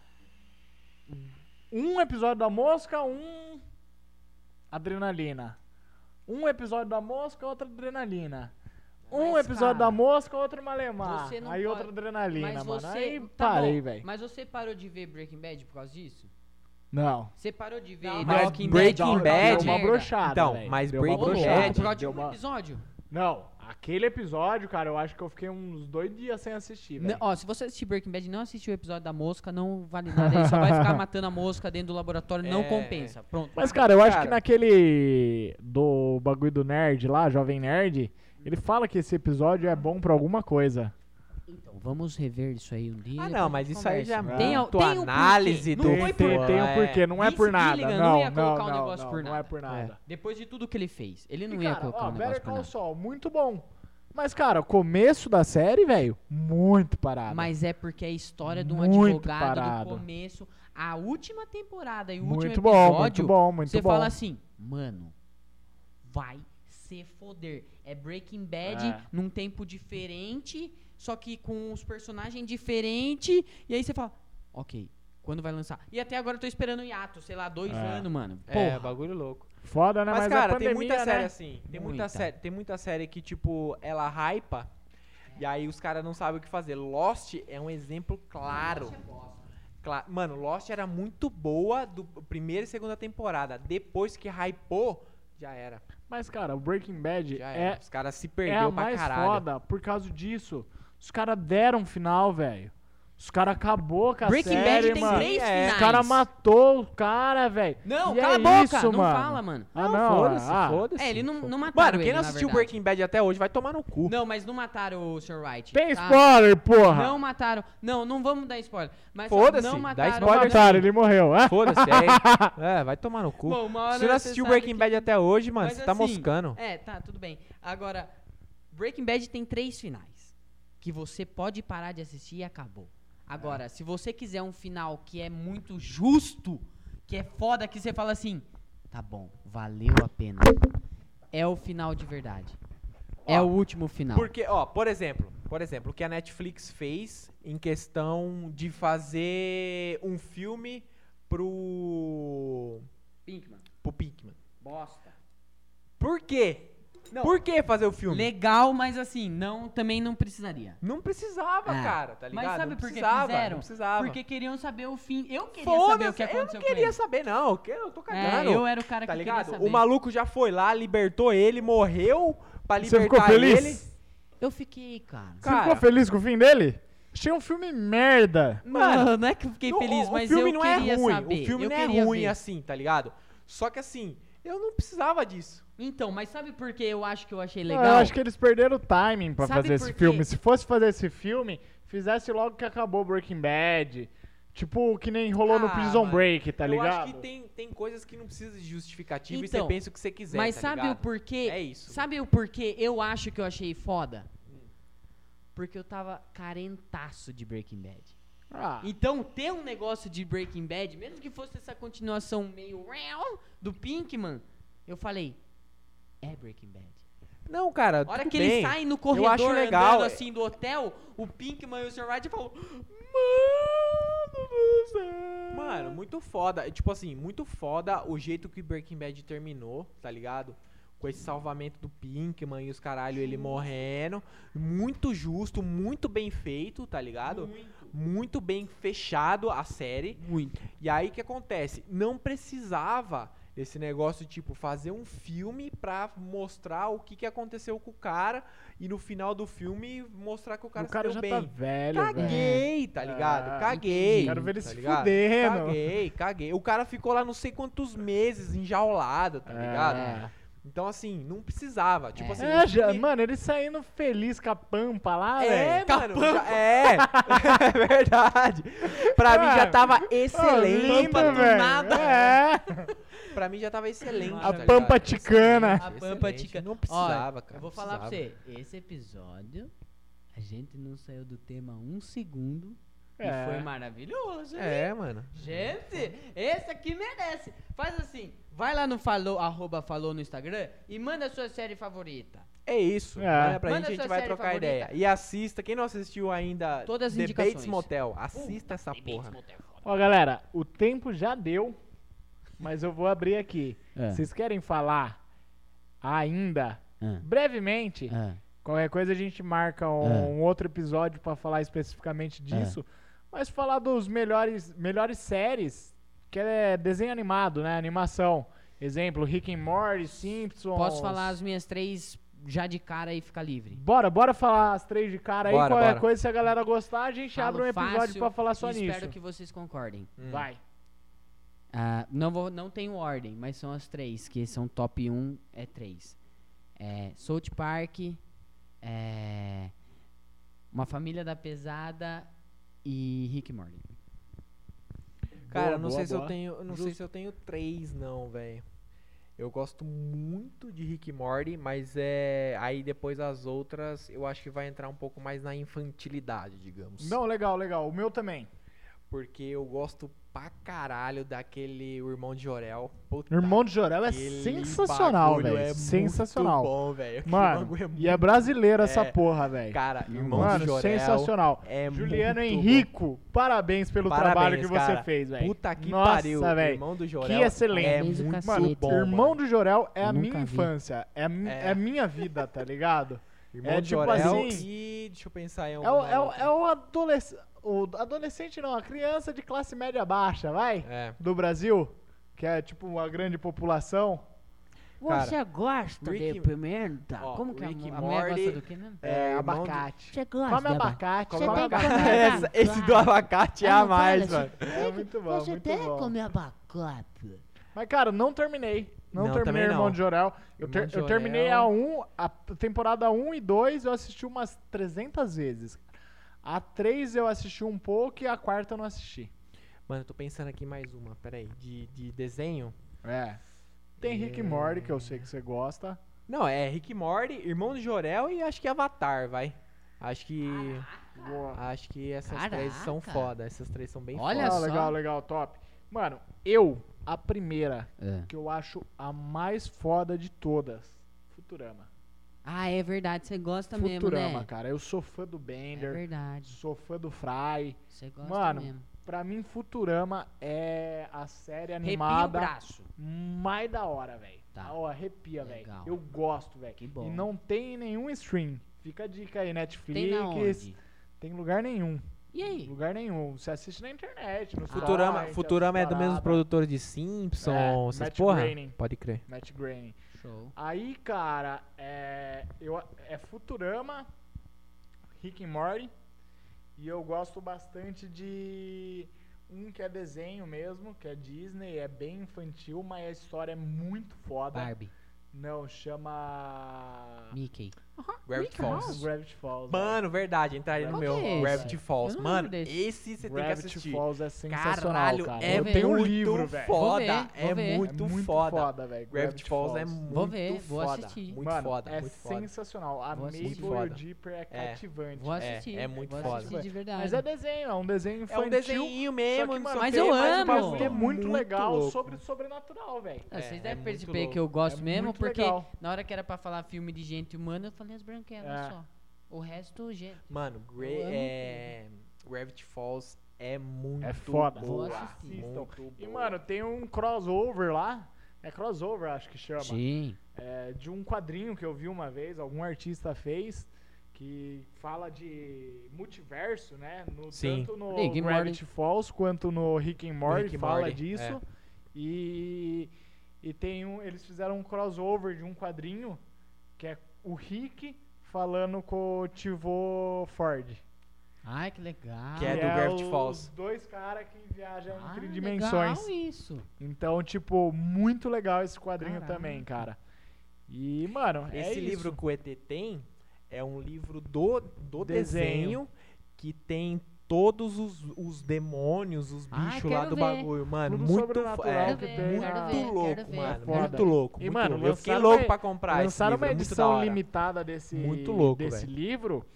Speaker 1: Um episódio da mosca, um. Adrenalina. Um episódio da mosca, outra adrenalina. Um
Speaker 7: Mas,
Speaker 1: episódio
Speaker 7: cara,
Speaker 1: da mosca, outro malemar.
Speaker 3: você não
Speaker 1: Aí outra
Speaker 3: pode-
Speaker 1: adrenalina,
Speaker 3: Mas
Speaker 1: mano.
Speaker 3: você.
Speaker 1: Aí
Speaker 3: tá bom,
Speaker 1: parei, velho.
Speaker 3: Mas você parou de ver Breaking Bad por causa disso?
Speaker 1: Não.
Speaker 3: Você parou de ver
Speaker 7: Não,
Speaker 3: The
Speaker 7: mas
Speaker 3: Walking
Speaker 2: Breaking
Speaker 3: Dead? por causa
Speaker 2: Bad-
Speaker 3: da
Speaker 1: Deu uma
Speaker 3: merda?
Speaker 1: brochada.
Speaker 2: Então,
Speaker 1: velho.
Speaker 2: mas
Speaker 1: Deu uma
Speaker 2: Breaking
Speaker 3: Ô,
Speaker 1: brochada.
Speaker 3: louco,
Speaker 2: Bad-
Speaker 3: por causa de
Speaker 1: Deu
Speaker 3: um
Speaker 1: uma-
Speaker 3: episódio?
Speaker 1: Não, aquele episódio, cara, eu acho que eu fiquei uns dois dias sem assistir, velho.
Speaker 3: Não, ó, se você assistir Breaking Bad e não assistiu o episódio da mosca, não vale nada. Ele só vai ficar matando a mosca dentro do laboratório, não
Speaker 2: É.
Speaker 3: compensa. Pronto.
Speaker 1: Mas, cara, eu acho
Speaker 2: Cara.
Speaker 1: que naquele do bagulho do nerd lá, Jovem Nerd, ele fala que esse episódio é bom pra alguma coisa.
Speaker 3: Então, vamos rever isso aí um dia.
Speaker 2: Ah,
Speaker 3: depois a
Speaker 2: não, mas
Speaker 3: gente
Speaker 2: isso aí
Speaker 3: conversa.
Speaker 2: já
Speaker 1: né?
Speaker 3: Tem,
Speaker 2: é
Speaker 3: al-
Speaker 2: muito
Speaker 3: tem um porquê.
Speaker 2: análise
Speaker 3: Não
Speaker 2: do
Speaker 1: tem, tem, tem um
Speaker 2: é.
Speaker 1: porquê, não é
Speaker 3: Vince
Speaker 1: por nada.
Speaker 3: Gilligan não
Speaker 1: não,
Speaker 3: ia
Speaker 1: não,
Speaker 3: colocar o
Speaker 1: não,
Speaker 3: negócio
Speaker 1: não,
Speaker 3: por
Speaker 1: não
Speaker 3: nada.
Speaker 1: é por nada.
Speaker 3: Depois de tudo que ele fez, ele não
Speaker 1: E,
Speaker 3: ia
Speaker 1: cara,
Speaker 3: colocar
Speaker 1: ó,
Speaker 3: um negócio
Speaker 1: Better
Speaker 3: por
Speaker 1: Call
Speaker 3: nada.
Speaker 1: Saul, muito bom. Mas, cara, o começo da série, velho, muito parado.
Speaker 3: Mas é porque a história de um
Speaker 1: Muito
Speaker 3: advogado
Speaker 1: parado.
Speaker 3: do começo, a última temporada e o último
Speaker 1: muito
Speaker 3: episódio,
Speaker 1: bom, muito bom, muito
Speaker 3: você
Speaker 1: bom.
Speaker 3: fala assim, mano, vai se foder. É Breaking Bad
Speaker 1: É.
Speaker 3: num tempo diferente, só que com os personagens diferentes, e aí você fala, ok, quando vai lançar? E até agora eu tô esperando o hiato, sei lá, dois
Speaker 1: É.
Speaker 3: anos, mano.
Speaker 2: É,
Speaker 3: Porra.
Speaker 2: bagulho louco.
Speaker 1: Foda, né?
Speaker 2: Mas,
Speaker 1: Mas,
Speaker 2: cara,
Speaker 1: a pandemia,
Speaker 2: tem muita
Speaker 1: né?
Speaker 2: série assim. Tem muita.
Speaker 3: Muita.
Speaker 2: série, tem muita série que, tipo, ela hypa. E aí os caras não sabem o que fazer. Lost é um exemplo claro.
Speaker 3: é
Speaker 2: Cla- Mano, Lost era muito boa do primeira e segunda temporada. Depois que hypou, já era.
Speaker 1: Mas, cara, o Breaking Bad
Speaker 2: Já
Speaker 1: é,
Speaker 2: era. Os caras se
Speaker 1: é
Speaker 2: perdeu
Speaker 1: a
Speaker 2: pra
Speaker 1: mais
Speaker 2: caralho.
Speaker 1: foda por causa disso. Os caras deram um final, velho. Os caras acabou com a
Speaker 3: Breaking
Speaker 1: É série,
Speaker 3: Bad tem
Speaker 1: mano.
Speaker 3: três
Speaker 2: É,
Speaker 3: finais.
Speaker 1: O cara matou o cara, velho.
Speaker 3: Não,
Speaker 1: E
Speaker 3: cala
Speaker 1: é
Speaker 3: a boca,
Speaker 1: isso,
Speaker 3: não
Speaker 1: mano.
Speaker 3: fala, mano.
Speaker 1: Ah,
Speaker 2: Não,
Speaker 1: não,
Speaker 2: foda-se,
Speaker 1: ah.
Speaker 2: foda-se.
Speaker 3: É, ele não, não mataram
Speaker 2: Mano, quem
Speaker 3: ele,
Speaker 2: não
Speaker 3: na
Speaker 2: assistiu
Speaker 3: verdade.
Speaker 2: Breaking Bad até hoje vai tomar no cu.
Speaker 3: Não, mas não mataram o Sr. Wright.
Speaker 1: Tem
Speaker 3: tá?
Speaker 1: spoiler, porra.
Speaker 3: Não mataram. Não, não vamos dar spoiler. Mas
Speaker 2: Foda-se,
Speaker 3: não
Speaker 2: dá
Speaker 3: mataram.
Speaker 2: spoiler.
Speaker 3: Mas-
Speaker 1: Mataram, ele morreu. Ah,
Speaker 2: Foda-se, é. É, vai tomar no cu.
Speaker 3: Bom, uma hora
Speaker 2: Se você não
Speaker 3: você
Speaker 2: assistiu
Speaker 3: sabe
Speaker 2: Breaking
Speaker 3: que-
Speaker 2: Bad até hoje, mano,
Speaker 3: Mas
Speaker 2: você tá
Speaker 3: assim,
Speaker 2: moscando.
Speaker 3: É, tá, tudo bem. Agora, Breaking Bad tem três finais que você pode parar de assistir e acabou.
Speaker 2: É.
Speaker 3: Agora, se você quiser um final que é muito justo, que é foda, que você fala assim, tá bom, valeu a pena. É o final de verdade. É o último final.
Speaker 2: Porque, ó, por exemplo, por exemplo, o que a Netflix fez em questão de fazer um filme pro.
Speaker 3: Pinkman,
Speaker 2: pro Pinkman.
Speaker 3: bosta.
Speaker 2: Por quê?
Speaker 3: Não.
Speaker 2: Por que fazer o filme?
Speaker 3: Legal, mas assim, não, também não precisaria.
Speaker 2: Não precisava,
Speaker 3: É.
Speaker 2: cara, tá ligado?
Speaker 3: Mas sabe
Speaker 2: não
Speaker 3: por que
Speaker 2: precisava,
Speaker 3: fizeram?
Speaker 2: Não precisava.
Speaker 3: Porque queriam saber o fim. Eu queria saber o
Speaker 2: Foda-se,
Speaker 3: que
Speaker 2: eu não
Speaker 3: aconteceu com ele.
Speaker 2: queria saber, não. que Eu tô
Speaker 3: É,
Speaker 2: cagando.
Speaker 3: eu era o cara
Speaker 2: tá
Speaker 3: que
Speaker 2: ligado?
Speaker 3: queria saber.
Speaker 2: O maluco já foi lá, libertou ele, morreu pra
Speaker 1: Você
Speaker 2: libertar
Speaker 1: ficou feliz?
Speaker 2: ele.
Speaker 3: Eu fiquei, cara.
Speaker 1: Você
Speaker 2: Cara.
Speaker 1: ficou feliz com o fim dele? Achei um filme merda.
Speaker 2: Mano,
Speaker 3: Mano, não é que eu fiquei
Speaker 2: Não,
Speaker 3: feliz,
Speaker 2: o,
Speaker 3: mas
Speaker 2: o filme
Speaker 3: eu
Speaker 2: não
Speaker 3: queria
Speaker 2: é ruim,
Speaker 3: saber.
Speaker 2: o filme
Speaker 3: eu
Speaker 2: não é
Speaker 3: queria
Speaker 2: ruim
Speaker 3: ver.
Speaker 2: assim, tá ligado? Só que assim, eu não precisava disso.
Speaker 3: Então, mas sabe por que eu acho que eu
Speaker 4: Ah,
Speaker 3: achei
Speaker 1: Eu
Speaker 3: legal?
Speaker 1: acho que eles perderam o timing pra
Speaker 3: Sabe
Speaker 1: fazer esse
Speaker 3: por quê?
Speaker 1: filme. Se fosse fazer esse filme, fizesse logo que acabou Breaking Bad. Tipo, que nem rolou no
Speaker 2: Ah,
Speaker 1: Prison
Speaker 2: mano.
Speaker 1: Break, tá
Speaker 2: eu
Speaker 1: ligado?
Speaker 2: acho que tem, tem coisas que não precisa de justificativa e
Speaker 3: Então,
Speaker 2: você pensa o que você quiser,
Speaker 3: mas
Speaker 2: tá
Speaker 3: sabe
Speaker 2: ligado?
Speaker 3: o porquê?
Speaker 2: É isso.
Speaker 3: Sabe o porquê eu acho que eu achei foda? Porque eu tava carentaço de Breaking Bad.
Speaker 1: Ah,
Speaker 3: Então, ter um negócio de Breaking Bad, mesmo que fosse essa continuação meio real do Pinkman, eu falei, é Breaking Bad.
Speaker 2: Não, cara,
Speaker 3: A hora
Speaker 2: Ah, tudo
Speaker 3: que
Speaker 2: bem.
Speaker 3: ele sai no corredor
Speaker 2: acho legal,
Speaker 3: andando
Speaker 2: é-
Speaker 3: assim do hotel, o Pinkman e o Sr. Wright falam, mano do céu.
Speaker 2: Mano, muito foda. E, Tipo assim, muito foda o jeito que Breaking Bad terminou, tá ligado? Com esse salvamento do Pinkman e os caralho, ele morrendo. Muito justo, muito bem feito, tá ligado? Muito, bem fechado a série.
Speaker 3: Muito.
Speaker 2: E aí o que acontece? Não precisava Esse negócio, tipo, fazer um filme pra mostrar o que, que aconteceu com o cara e no final do filme mostrar que o cara,
Speaker 4: o cara
Speaker 2: se
Speaker 4: já
Speaker 2: deu
Speaker 4: tá
Speaker 2: bem.
Speaker 4: velho, velho.
Speaker 2: Caguei, tá ligado?
Speaker 4: Ah,
Speaker 2: caguei.
Speaker 4: Quero ver É, ele
Speaker 2: tá
Speaker 4: se
Speaker 2: ligado?
Speaker 4: fuder, mano.
Speaker 2: Caguei, caguei. O cara ficou lá não sei quantos meses enjaulado, tá
Speaker 3: "Ah,
Speaker 2: ligado?
Speaker 4: É.
Speaker 2: Então, assim, não precisava. Tipo assim.
Speaker 4: É,
Speaker 2: o
Speaker 4: já,
Speaker 2: filme-
Speaker 4: mano, ele saindo feliz com a pampa lá,
Speaker 2: É,
Speaker 4: velho.
Speaker 2: mano, já- é, é verdade. Pra mim já
Speaker 4: Mano,
Speaker 2: tava
Speaker 4: Ô,
Speaker 2: excelente.
Speaker 4: limpa,
Speaker 1: Pampa
Speaker 4: velho.
Speaker 1: tunada.
Speaker 4: É.
Speaker 2: Pra mim já tava excelente.
Speaker 4: A
Speaker 2: tá ligado?
Speaker 4: pampa ticana.
Speaker 1: A pampa
Speaker 2: Excelente,
Speaker 1: tica-
Speaker 2: Não precisava,
Speaker 1: Olha,
Speaker 2: cara.
Speaker 1: Eu vou
Speaker 2: não
Speaker 1: falar pra
Speaker 2: precisava.
Speaker 1: você. Esse episódio, a gente não saiu do tema um segundo.
Speaker 4: É.
Speaker 1: E foi maravilhoso. hein?
Speaker 2: É, mano.
Speaker 1: Gente, esse aqui merece. Faz assim, vai lá no falou, arroba falou no Instagram e manda a sua série favorita.
Speaker 2: É isso.
Speaker 4: É.
Speaker 2: Olha pra
Speaker 1: Manda
Speaker 2: gente, a gente
Speaker 1: sua
Speaker 2: vai
Speaker 1: série
Speaker 2: trocar
Speaker 1: favorita.
Speaker 2: ideia. E assista, quem não assistiu ainda,
Speaker 1: Todas as
Speaker 2: The
Speaker 1: indicações. Uh,
Speaker 2: Bates Motel, assista essa porra.
Speaker 4: Ó, galera, o tempo já deu, mas eu vou abrir aqui. Vocês querem falar ainda,
Speaker 1: Ah.
Speaker 4: brevemente?
Speaker 3: É.
Speaker 4: Qualquer coisa a gente marca um,
Speaker 1: É.
Speaker 4: um outro episódio pra falar
Speaker 2: É.
Speaker 4: especificamente disso. Mas falar dos melhores, melhores séries, que é desenho animado, né? Animação. Exemplo, Rick and Morty, Simpsons.
Speaker 3: Posso falar as minhas três já de cara e ficar livre?
Speaker 4: Bora, bora falar as três de cara aí.
Speaker 2: Bora,
Speaker 4: Qualquer
Speaker 2: bora.
Speaker 4: coisa, se a galera gostar, a gente abre um
Speaker 3: Falo
Speaker 4: episódio
Speaker 3: fácil
Speaker 4: pra falar só
Speaker 3: e
Speaker 4: nisso.
Speaker 3: Espero que vocês concordem.
Speaker 2: Hum.
Speaker 4: Vai.
Speaker 3: Ah, não, vou, não tenho ordem, mas são as três, que são top 1, é três. É, South Park, é, Uma Família da Pesada e Rick e Morty.
Speaker 2: Cara,
Speaker 4: Boa,
Speaker 2: não
Speaker 4: boa,
Speaker 2: sei se eu
Speaker 4: boa.
Speaker 2: tenho, não sei se eu tenho três não, velho. Eu gosto muito de Rick e Morty, mas é aí depois as outras, eu acho que vai entrar um pouco mais na infantilidade, digamos.
Speaker 4: Não, legal, legal. O meu também.
Speaker 2: Porque eu gosto pra caralho daquele o irmão de Jorel. Puta,
Speaker 4: Irmão de Jorel é
Speaker 2: Tá. aquele
Speaker 4: sensacional,
Speaker 2: bagulho
Speaker 4: velho.
Speaker 2: é
Speaker 4: sensacional.
Speaker 2: Muito bom, velho. Aquele
Speaker 4: Mano,
Speaker 2: bagulho é muito-
Speaker 4: e é brasileiro essa
Speaker 2: É.
Speaker 4: porra, velho.
Speaker 2: cara, irmão de
Speaker 4: Mano,
Speaker 2: Jorel.
Speaker 4: sensacional.
Speaker 2: É
Speaker 4: Juliano
Speaker 2: muito
Speaker 4: Henrico, parabéns pelo
Speaker 2: Parabéns,
Speaker 4: trabalho que
Speaker 2: cara.
Speaker 4: você fez,
Speaker 2: bom.
Speaker 4: velho.
Speaker 2: Puta que
Speaker 4: Nossa,
Speaker 2: pariu.
Speaker 4: velho.
Speaker 2: Irmão do Jorel.
Speaker 4: Que excelente.
Speaker 2: É
Speaker 3: Parabéns, o
Speaker 2: muito
Speaker 3: cacete.
Speaker 2: bom.
Speaker 4: Irmão
Speaker 2: mano.
Speaker 4: do Jorel é a
Speaker 3: Nunca
Speaker 4: minha
Speaker 3: vi.
Speaker 4: infância. É, a mi-
Speaker 2: É.
Speaker 4: é minha vida, tá ligado?
Speaker 2: Irmão
Speaker 4: É
Speaker 2: de
Speaker 4: tipo
Speaker 2: Jorel
Speaker 4: assim-
Speaker 2: e. Deixa eu pensar em um.
Speaker 4: É o, é o, é o adolesc- o adolescente, não, a criança de classe média baixa, vai?
Speaker 2: É.
Speaker 4: Do Brasil, que é tipo uma grande população.
Speaker 2: Cara,
Speaker 8: Você gosta
Speaker 2: Rick-
Speaker 8: de pimenta?
Speaker 2: Ó,
Speaker 8: Como que
Speaker 2: Rick
Speaker 8: é?
Speaker 2: e
Speaker 8: a-
Speaker 3: A mulher gosta
Speaker 2: Morty.
Speaker 3: do que mesmo?
Speaker 2: É, irmão de-
Speaker 4: abacate.
Speaker 8: Você gosta?
Speaker 4: Come
Speaker 8: de aba-
Speaker 4: abacate,
Speaker 8: Você
Speaker 4: come
Speaker 8: tem que
Speaker 4: abacate.
Speaker 8: comer
Speaker 2: Essa- esse do abacate é
Speaker 8: Ah,
Speaker 2: a
Speaker 8: não
Speaker 2: mais,
Speaker 8: fala,
Speaker 2: mano.
Speaker 8: você
Speaker 4: É
Speaker 8: tem-
Speaker 4: muito bom,
Speaker 8: Você
Speaker 4: muito
Speaker 8: tem
Speaker 4: bom.
Speaker 8: que comer abacate.
Speaker 4: Mas, cara, não terminei. Não,
Speaker 2: Não,
Speaker 4: terminei
Speaker 2: também
Speaker 4: Irmão
Speaker 2: não.
Speaker 4: de Jorel. Eu, ter-
Speaker 2: Irmão de
Speaker 4: eu terminei a
Speaker 2: Jorel.
Speaker 4: 1, a temporada 1 e 2 eu assisti umas 300 vezes. A 3 eu assisti um pouco e a quarta eu não assisti.
Speaker 2: Mano, eu tô pensando aqui em mais uma, peraí. De, de desenho?
Speaker 4: É. Tem Rick e Morty, que eu sei que você gosta.
Speaker 2: Não, é Rick e Morty, Irmão de Jorel e acho que Avatar, vai. Acho que. Acho que essas três são
Speaker 3: Caraca.
Speaker 2: foda. Essas três são bem
Speaker 3: Olha
Speaker 4: Ah,
Speaker 3: só.
Speaker 4: legal, legal, top. Mano, eu, a primeira,
Speaker 3: É.
Speaker 4: que eu acho a mais foda de todas, Futurama.
Speaker 3: Ah, é verdade, você gosta
Speaker 4: Futurama,
Speaker 3: mesmo, né?
Speaker 4: cara. Eu sou fã do
Speaker 3: É
Speaker 4: Bender,
Speaker 3: verdade,
Speaker 4: sou fã do Fry.
Speaker 3: você gosta
Speaker 4: Mano,
Speaker 3: mesmo.
Speaker 4: Pra mim, Futurama é a série
Speaker 3: Arrepia o
Speaker 4: animada
Speaker 3: braço.
Speaker 4: mais da hora, velho.
Speaker 3: Tá.
Speaker 4: Ó, arrepia, velho.
Speaker 3: Legal.
Speaker 4: Eu gosto, velho.
Speaker 3: Que bom.
Speaker 4: E não tem nenhum stream. Fica a dica aí, Netflix.
Speaker 3: Tem na onde?
Speaker 4: Tem lugar nenhum.
Speaker 3: E aí?
Speaker 4: Lugar nenhum. Você assiste na internet, no
Speaker 2: Futurama,
Speaker 4: site,
Speaker 2: Futurama é do
Speaker 4: essas
Speaker 2: mesmo
Speaker 4: paradas.
Speaker 2: produtor de Simpsons,
Speaker 4: É,
Speaker 2: essas
Speaker 4: Matt
Speaker 2: porra?
Speaker 4: Groening.
Speaker 2: Pode crer.
Speaker 4: Matt Groening.
Speaker 3: Show.
Speaker 4: Aí, cara, é, eu, é Futurama, Rick and Morty, e eu gosto bastante de um que é desenho mesmo, que é Disney, é bem infantil, mas a história é muito foda.
Speaker 3: Barbie,
Speaker 4: Não, chama...
Speaker 3: Mickey.
Speaker 2: Gravity Falls.
Speaker 4: Gravity Falls.
Speaker 2: Mano, verdade, entraria no
Speaker 4: Qual
Speaker 2: meu
Speaker 3: que é esse?
Speaker 2: Gravity Falls.
Speaker 3: Eu não
Speaker 2: Mano,
Speaker 3: lembro desse.
Speaker 2: esse você
Speaker 4: velho.
Speaker 2: tem que
Speaker 4: Gravity
Speaker 2: assistir.
Speaker 4: Caralho, é sensacional,
Speaker 2: Caralho,
Speaker 4: cara.
Speaker 2: é
Speaker 4: eu tenho um
Speaker 2: muito
Speaker 4: livro, velho.
Speaker 2: foda.
Speaker 3: Vou ver,
Speaker 2: é,
Speaker 3: vou ver.
Speaker 2: muito
Speaker 4: é muito
Speaker 2: foda.
Speaker 4: velho.
Speaker 2: Gravity Falls é muito
Speaker 3: Vou ver, vou
Speaker 2: foda.
Speaker 3: assistir.
Speaker 2: Muito
Speaker 4: Mano,
Speaker 2: foda,
Speaker 4: é
Speaker 2: muito foda.
Speaker 4: sensacional. A
Speaker 3: Vou
Speaker 4: Mabel
Speaker 3: assistir.
Speaker 4: e o
Speaker 2: Foda.
Speaker 4: Dipper é
Speaker 2: É.
Speaker 4: cativante.
Speaker 3: Vou
Speaker 2: É,
Speaker 3: assistir.
Speaker 2: é muito
Speaker 3: vou
Speaker 2: foda.
Speaker 3: assistir de verdade.
Speaker 4: Mas é desenho, é um desenho
Speaker 2: É
Speaker 4: infantil.
Speaker 2: um desenho mesmo,
Speaker 4: só que,
Speaker 2: não
Speaker 4: mano,
Speaker 2: sei o
Speaker 3: mas
Speaker 2: quê,
Speaker 3: eu
Speaker 2: mas o
Speaker 3: amo.
Speaker 2: bagulho
Speaker 4: Ele é muito legal
Speaker 2: louco.
Speaker 4: sobre sobrenatural, velho.
Speaker 3: Ah,
Speaker 2: É,
Speaker 3: Vocês
Speaker 2: é
Speaker 3: devem
Speaker 2: muito
Speaker 3: perceber
Speaker 2: louco.
Speaker 3: que eu gosto
Speaker 4: É
Speaker 3: mesmo,
Speaker 4: muito
Speaker 3: porque
Speaker 4: legal.
Speaker 3: na hora que era pra falar filme de gente humana, eu falei as branquelas
Speaker 4: É.
Speaker 3: só. O resto, gente.
Speaker 2: Mano, Gra
Speaker 3: Eu amo
Speaker 2: é... Gravity Falls é muito
Speaker 4: É foda.
Speaker 2: boa.
Speaker 3: Vou assistir.
Speaker 2: muito
Speaker 4: E,
Speaker 2: boa.
Speaker 4: mano, tem um crossover lá. É crossover, acho que chama.
Speaker 3: Sim.
Speaker 4: É, de um quadrinho que eu vi uma vez, algum artista fez, que fala de multiverso, né? No,
Speaker 2: Sim.
Speaker 4: Tanto no
Speaker 3: Rick and Morty.
Speaker 2: é.
Speaker 4: Gravity Falls quanto no Rick and Morty
Speaker 2: Rick and
Speaker 4: fala
Speaker 2: Morty,
Speaker 4: disso. E E tem um, eles fizeram um crossover de um quadrinho que é o Rick falando com o Tivô Ford.
Speaker 3: Ai, que legal.
Speaker 2: Que é do Gravity
Speaker 4: os
Speaker 2: Falls.
Speaker 4: dois caras que viajam
Speaker 3: Ah,
Speaker 4: entre dimensões.
Speaker 3: Legal isso.
Speaker 4: Então, tipo, muito legal esse quadrinho
Speaker 3: Caraca.
Speaker 4: também, cara. E, mano, é
Speaker 2: Esse
Speaker 4: isso.
Speaker 2: livro que o ET tem é um livro do, do
Speaker 4: Desenho.
Speaker 2: desenho. que tem todos os, os demônios, os
Speaker 3: Ah,
Speaker 2: bichos lá
Speaker 3: quero
Speaker 2: do
Speaker 3: ver.
Speaker 2: bagulho, mano.
Speaker 4: Tudo
Speaker 2: muito
Speaker 4: sobrenatural
Speaker 2: fo- é,
Speaker 4: que
Speaker 9: Quero
Speaker 4: tem.
Speaker 9: ver, quero
Speaker 4: na-
Speaker 9: ver.
Speaker 2: muito louco,
Speaker 9: ver.
Speaker 2: mano.
Speaker 4: Foda.
Speaker 2: Muito louco.
Speaker 4: E,
Speaker 2: muito
Speaker 4: mano,
Speaker 2: louco. Eu fiquei
Speaker 4: lançaram
Speaker 2: louco
Speaker 4: uma-
Speaker 2: pra comprar esse
Speaker 4: Lançaram
Speaker 2: livro. é
Speaker 4: uma
Speaker 2: muito da
Speaker 4: edição
Speaker 2: hora.
Speaker 4: limitada desse,
Speaker 2: Muito louco,
Speaker 4: desse
Speaker 2: velho.
Speaker 4: livro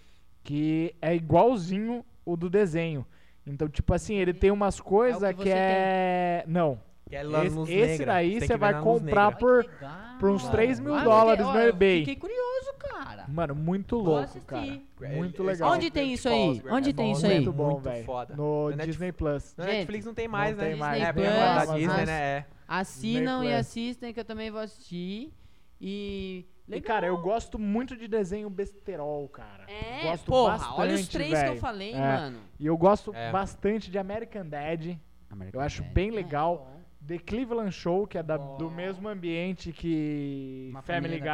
Speaker 4: que é igualzinho o do desenho. Então, tipo assim, ele tem umas coisas
Speaker 3: que
Speaker 4: que,
Speaker 3: você
Speaker 4: é. Não.
Speaker 2: Que é lá
Speaker 4: esse
Speaker 2: Luz
Speaker 4: esse
Speaker 2: Negra. Você
Speaker 4: daí
Speaker 2: tem
Speaker 4: você
Speaker 2: que
Speaker 4: vai
Speaker 2: ver na Luz
Speaker 4: comprar
Speaker 2: Negra.
Speaker 4: É por.
Speaker 3: Legal.
Speaker 4: por uns 3 mil
Speaker 3: Ah, eu
Speaker 4: dólares
Speaker 3: fiquei-
Speaker 4: no
Speaker 3: ó, eu
Speaker 4: eBay.
Speaker 3: Fiquei curioso, cara.
Speaker 4: Mano, muito
Speaker 3: Vou
Speaker 4: louco,
Speaker 3: assistir.
Speaker 4: cara.
Speaker 2: É,
Speaker 4: Muito
Speaker 2: esse
Speaker 4: legal.
Speaker 3: Onde tem
Speaker 2: Gravity
Speaker 3: isso aí?
Speaker 2: Falls, Gravity
Speaker 3: Onde tem
Speaker 2: Falls
Speaker 3: isso aí?
Speaker 2: é Muito
Speaker 4: Muito bom, velho.
Speaker 2: velho. foda.
Speaker 4: No
Speaker 2: Na Netflix-
Speaker 4: Disney Plus.
Speaker 2: Na
Speaker 3: Gente,
Speaker 2: Netflix não tem
Speaker 4: não
Speaker 2: mais, né?
Speaker 4: tem mais,
Speaker 2: é, porque é
Speaker 3: Disney
Speaker 2: da
Speaker 4: Plus,
Speaker 2: Disney,
Speaker 4: mas-
Speaker 2: né? É.
Speaker 3: Assinam
Speaker 4: Disney
Speaker 3: e
Speaker 4: Plus.
Speaker 3: assistem que eu também vou assistir. E.
Speaker 4: E,
Speaker 3: Legal.
Speaker 4: cara, eu gosto muito de desenho besterol, cara.
Speaker 3: É,
Speaker 4: gosto
Speaker 3: porra,
Speaker 4: bastante,
Speaker 3: olha os três que
Speaker 4: velho.
Speaker 3: eu falei,
Speaker 4: É.
Speaker 3: mano.
Speaker 4: E eu gosto
Speaker 2: É.
Speaker 4: bastante de American Dad. eu acho
Speaker 3: É.
Speaker 4: bem legal. The Cleveland Show, que é da- do mesmo ambiente que Family Guy.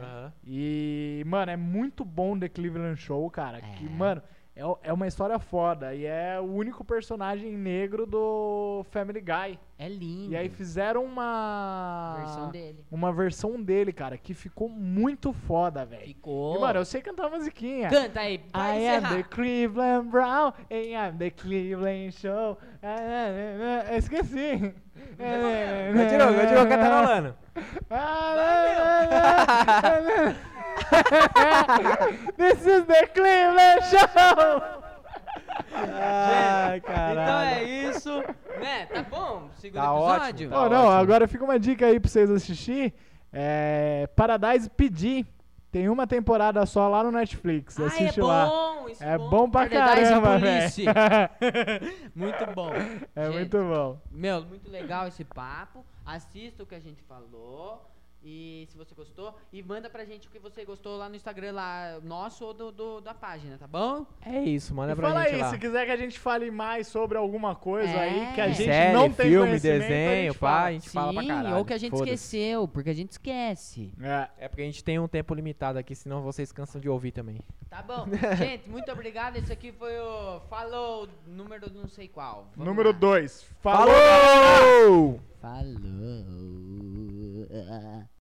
Speaker 2: Aham.
Speaker 4: E, mano, é muito bom The Cleveland Show, cara. Que,
Speaker 3: É.
Speaker 4: mano, é, o- é uma história foda. E é o único personagem negro do Family Guy.
Speaker 3: É lindo.
Speaker 4: E aí fizeram uma.
Speaker 3: versão dele.
Speaker 4: Uma versão dele, cara, que ficou muito foda, velho.
Speaker 3: Ficou.
Speaker 4: E, mano, eu Ah, é sei cantar a musiquinha.
Speaker 3: Canta aí, pra
Speaker 4: I am the
Speaker 3: encerrar.
Speaker 4: Cleveland Brown and I'm the Cleveland Show. Ah, ah, ah, ah, Esqueci.
Speaker 3: é
Speaker 2: Continua, continua
Speaker 4: tá
Speaker 2: cantarolando.
Speaker 4: Ah, This is the Cleveland Show.
Speaker 2: Ai,
Speaker 3: Então é
Speaker 2: caralho.
Speaker 3: isso, né? Tá bom? Segundo
Speaker 2: Tá ótimo,
Speaker 3: episódio.
Speaker 2: tá.
Speaker 4: Pô, não,
Speaker 2: ótimo.
Speaker 4: agora fica uma dica aí pra vocês assistir. É, Paradise PD. Tem uma temporada só lá no Netflix.
Speaker 3: Ah,
Speaker 4: Assiste
Speaker 3: é
Speaker 4: lá.
Speaker 3: bom, isso
Speaker 4: É bom pra
Speaker 3: Paradise
Speaker 4: caramba,
Speaker 3: Police.
Speaker 4: velho.
Speaker 3: Muito bom.
Speaker 4: É
Speaker 3: Gente,
Speaker 4: muito bom.
Speaker 3: Meu, muito legal esse papo. Assista o que a gente falou. E se você gostou, e manda pra gente o que você gostou lá no Instagram lá, nosso ou do, do- da página, tá bom?
Speaker 2: É isso, manda
Speaker 4: E
Speaker 2: pra
Speaker 4: fala
Speaker 2: gente
Speaker 4: aí,
Speaker 2: lá.
Speaker 4: se quiser que a gente fale mais sobre alguma coisa
Speaker 3: É.
Speaker 4: aí que a gente
Speaker 2: Série,
Speaker 4: não tem
Speaker 2: filme,
Speaker 4: conhecimento, a
Speaker 2: desenho,
Speaker 4: gente fala.
Speaker 2: pá, a gente fala pra caralho.
Speaker 3: ou que a gente
Speaker 2: Foda-se.
Speaker 3: esqueceu, porque a gente esquece.
Speaker 4: É.
Speaker 2: É porque a gente tem um tempo limitado aqui, senão vocês cansam de ouvir também.
Speaker 3: Tá bom. gente, muito obrigado. Esse aqui foi o Falou número não sei qual. Vamos
Speaker 4: Número
Speaker 3: lá.
Speaker 4: 2.
Speaker 2: Falou!
Speaker 3: Falou.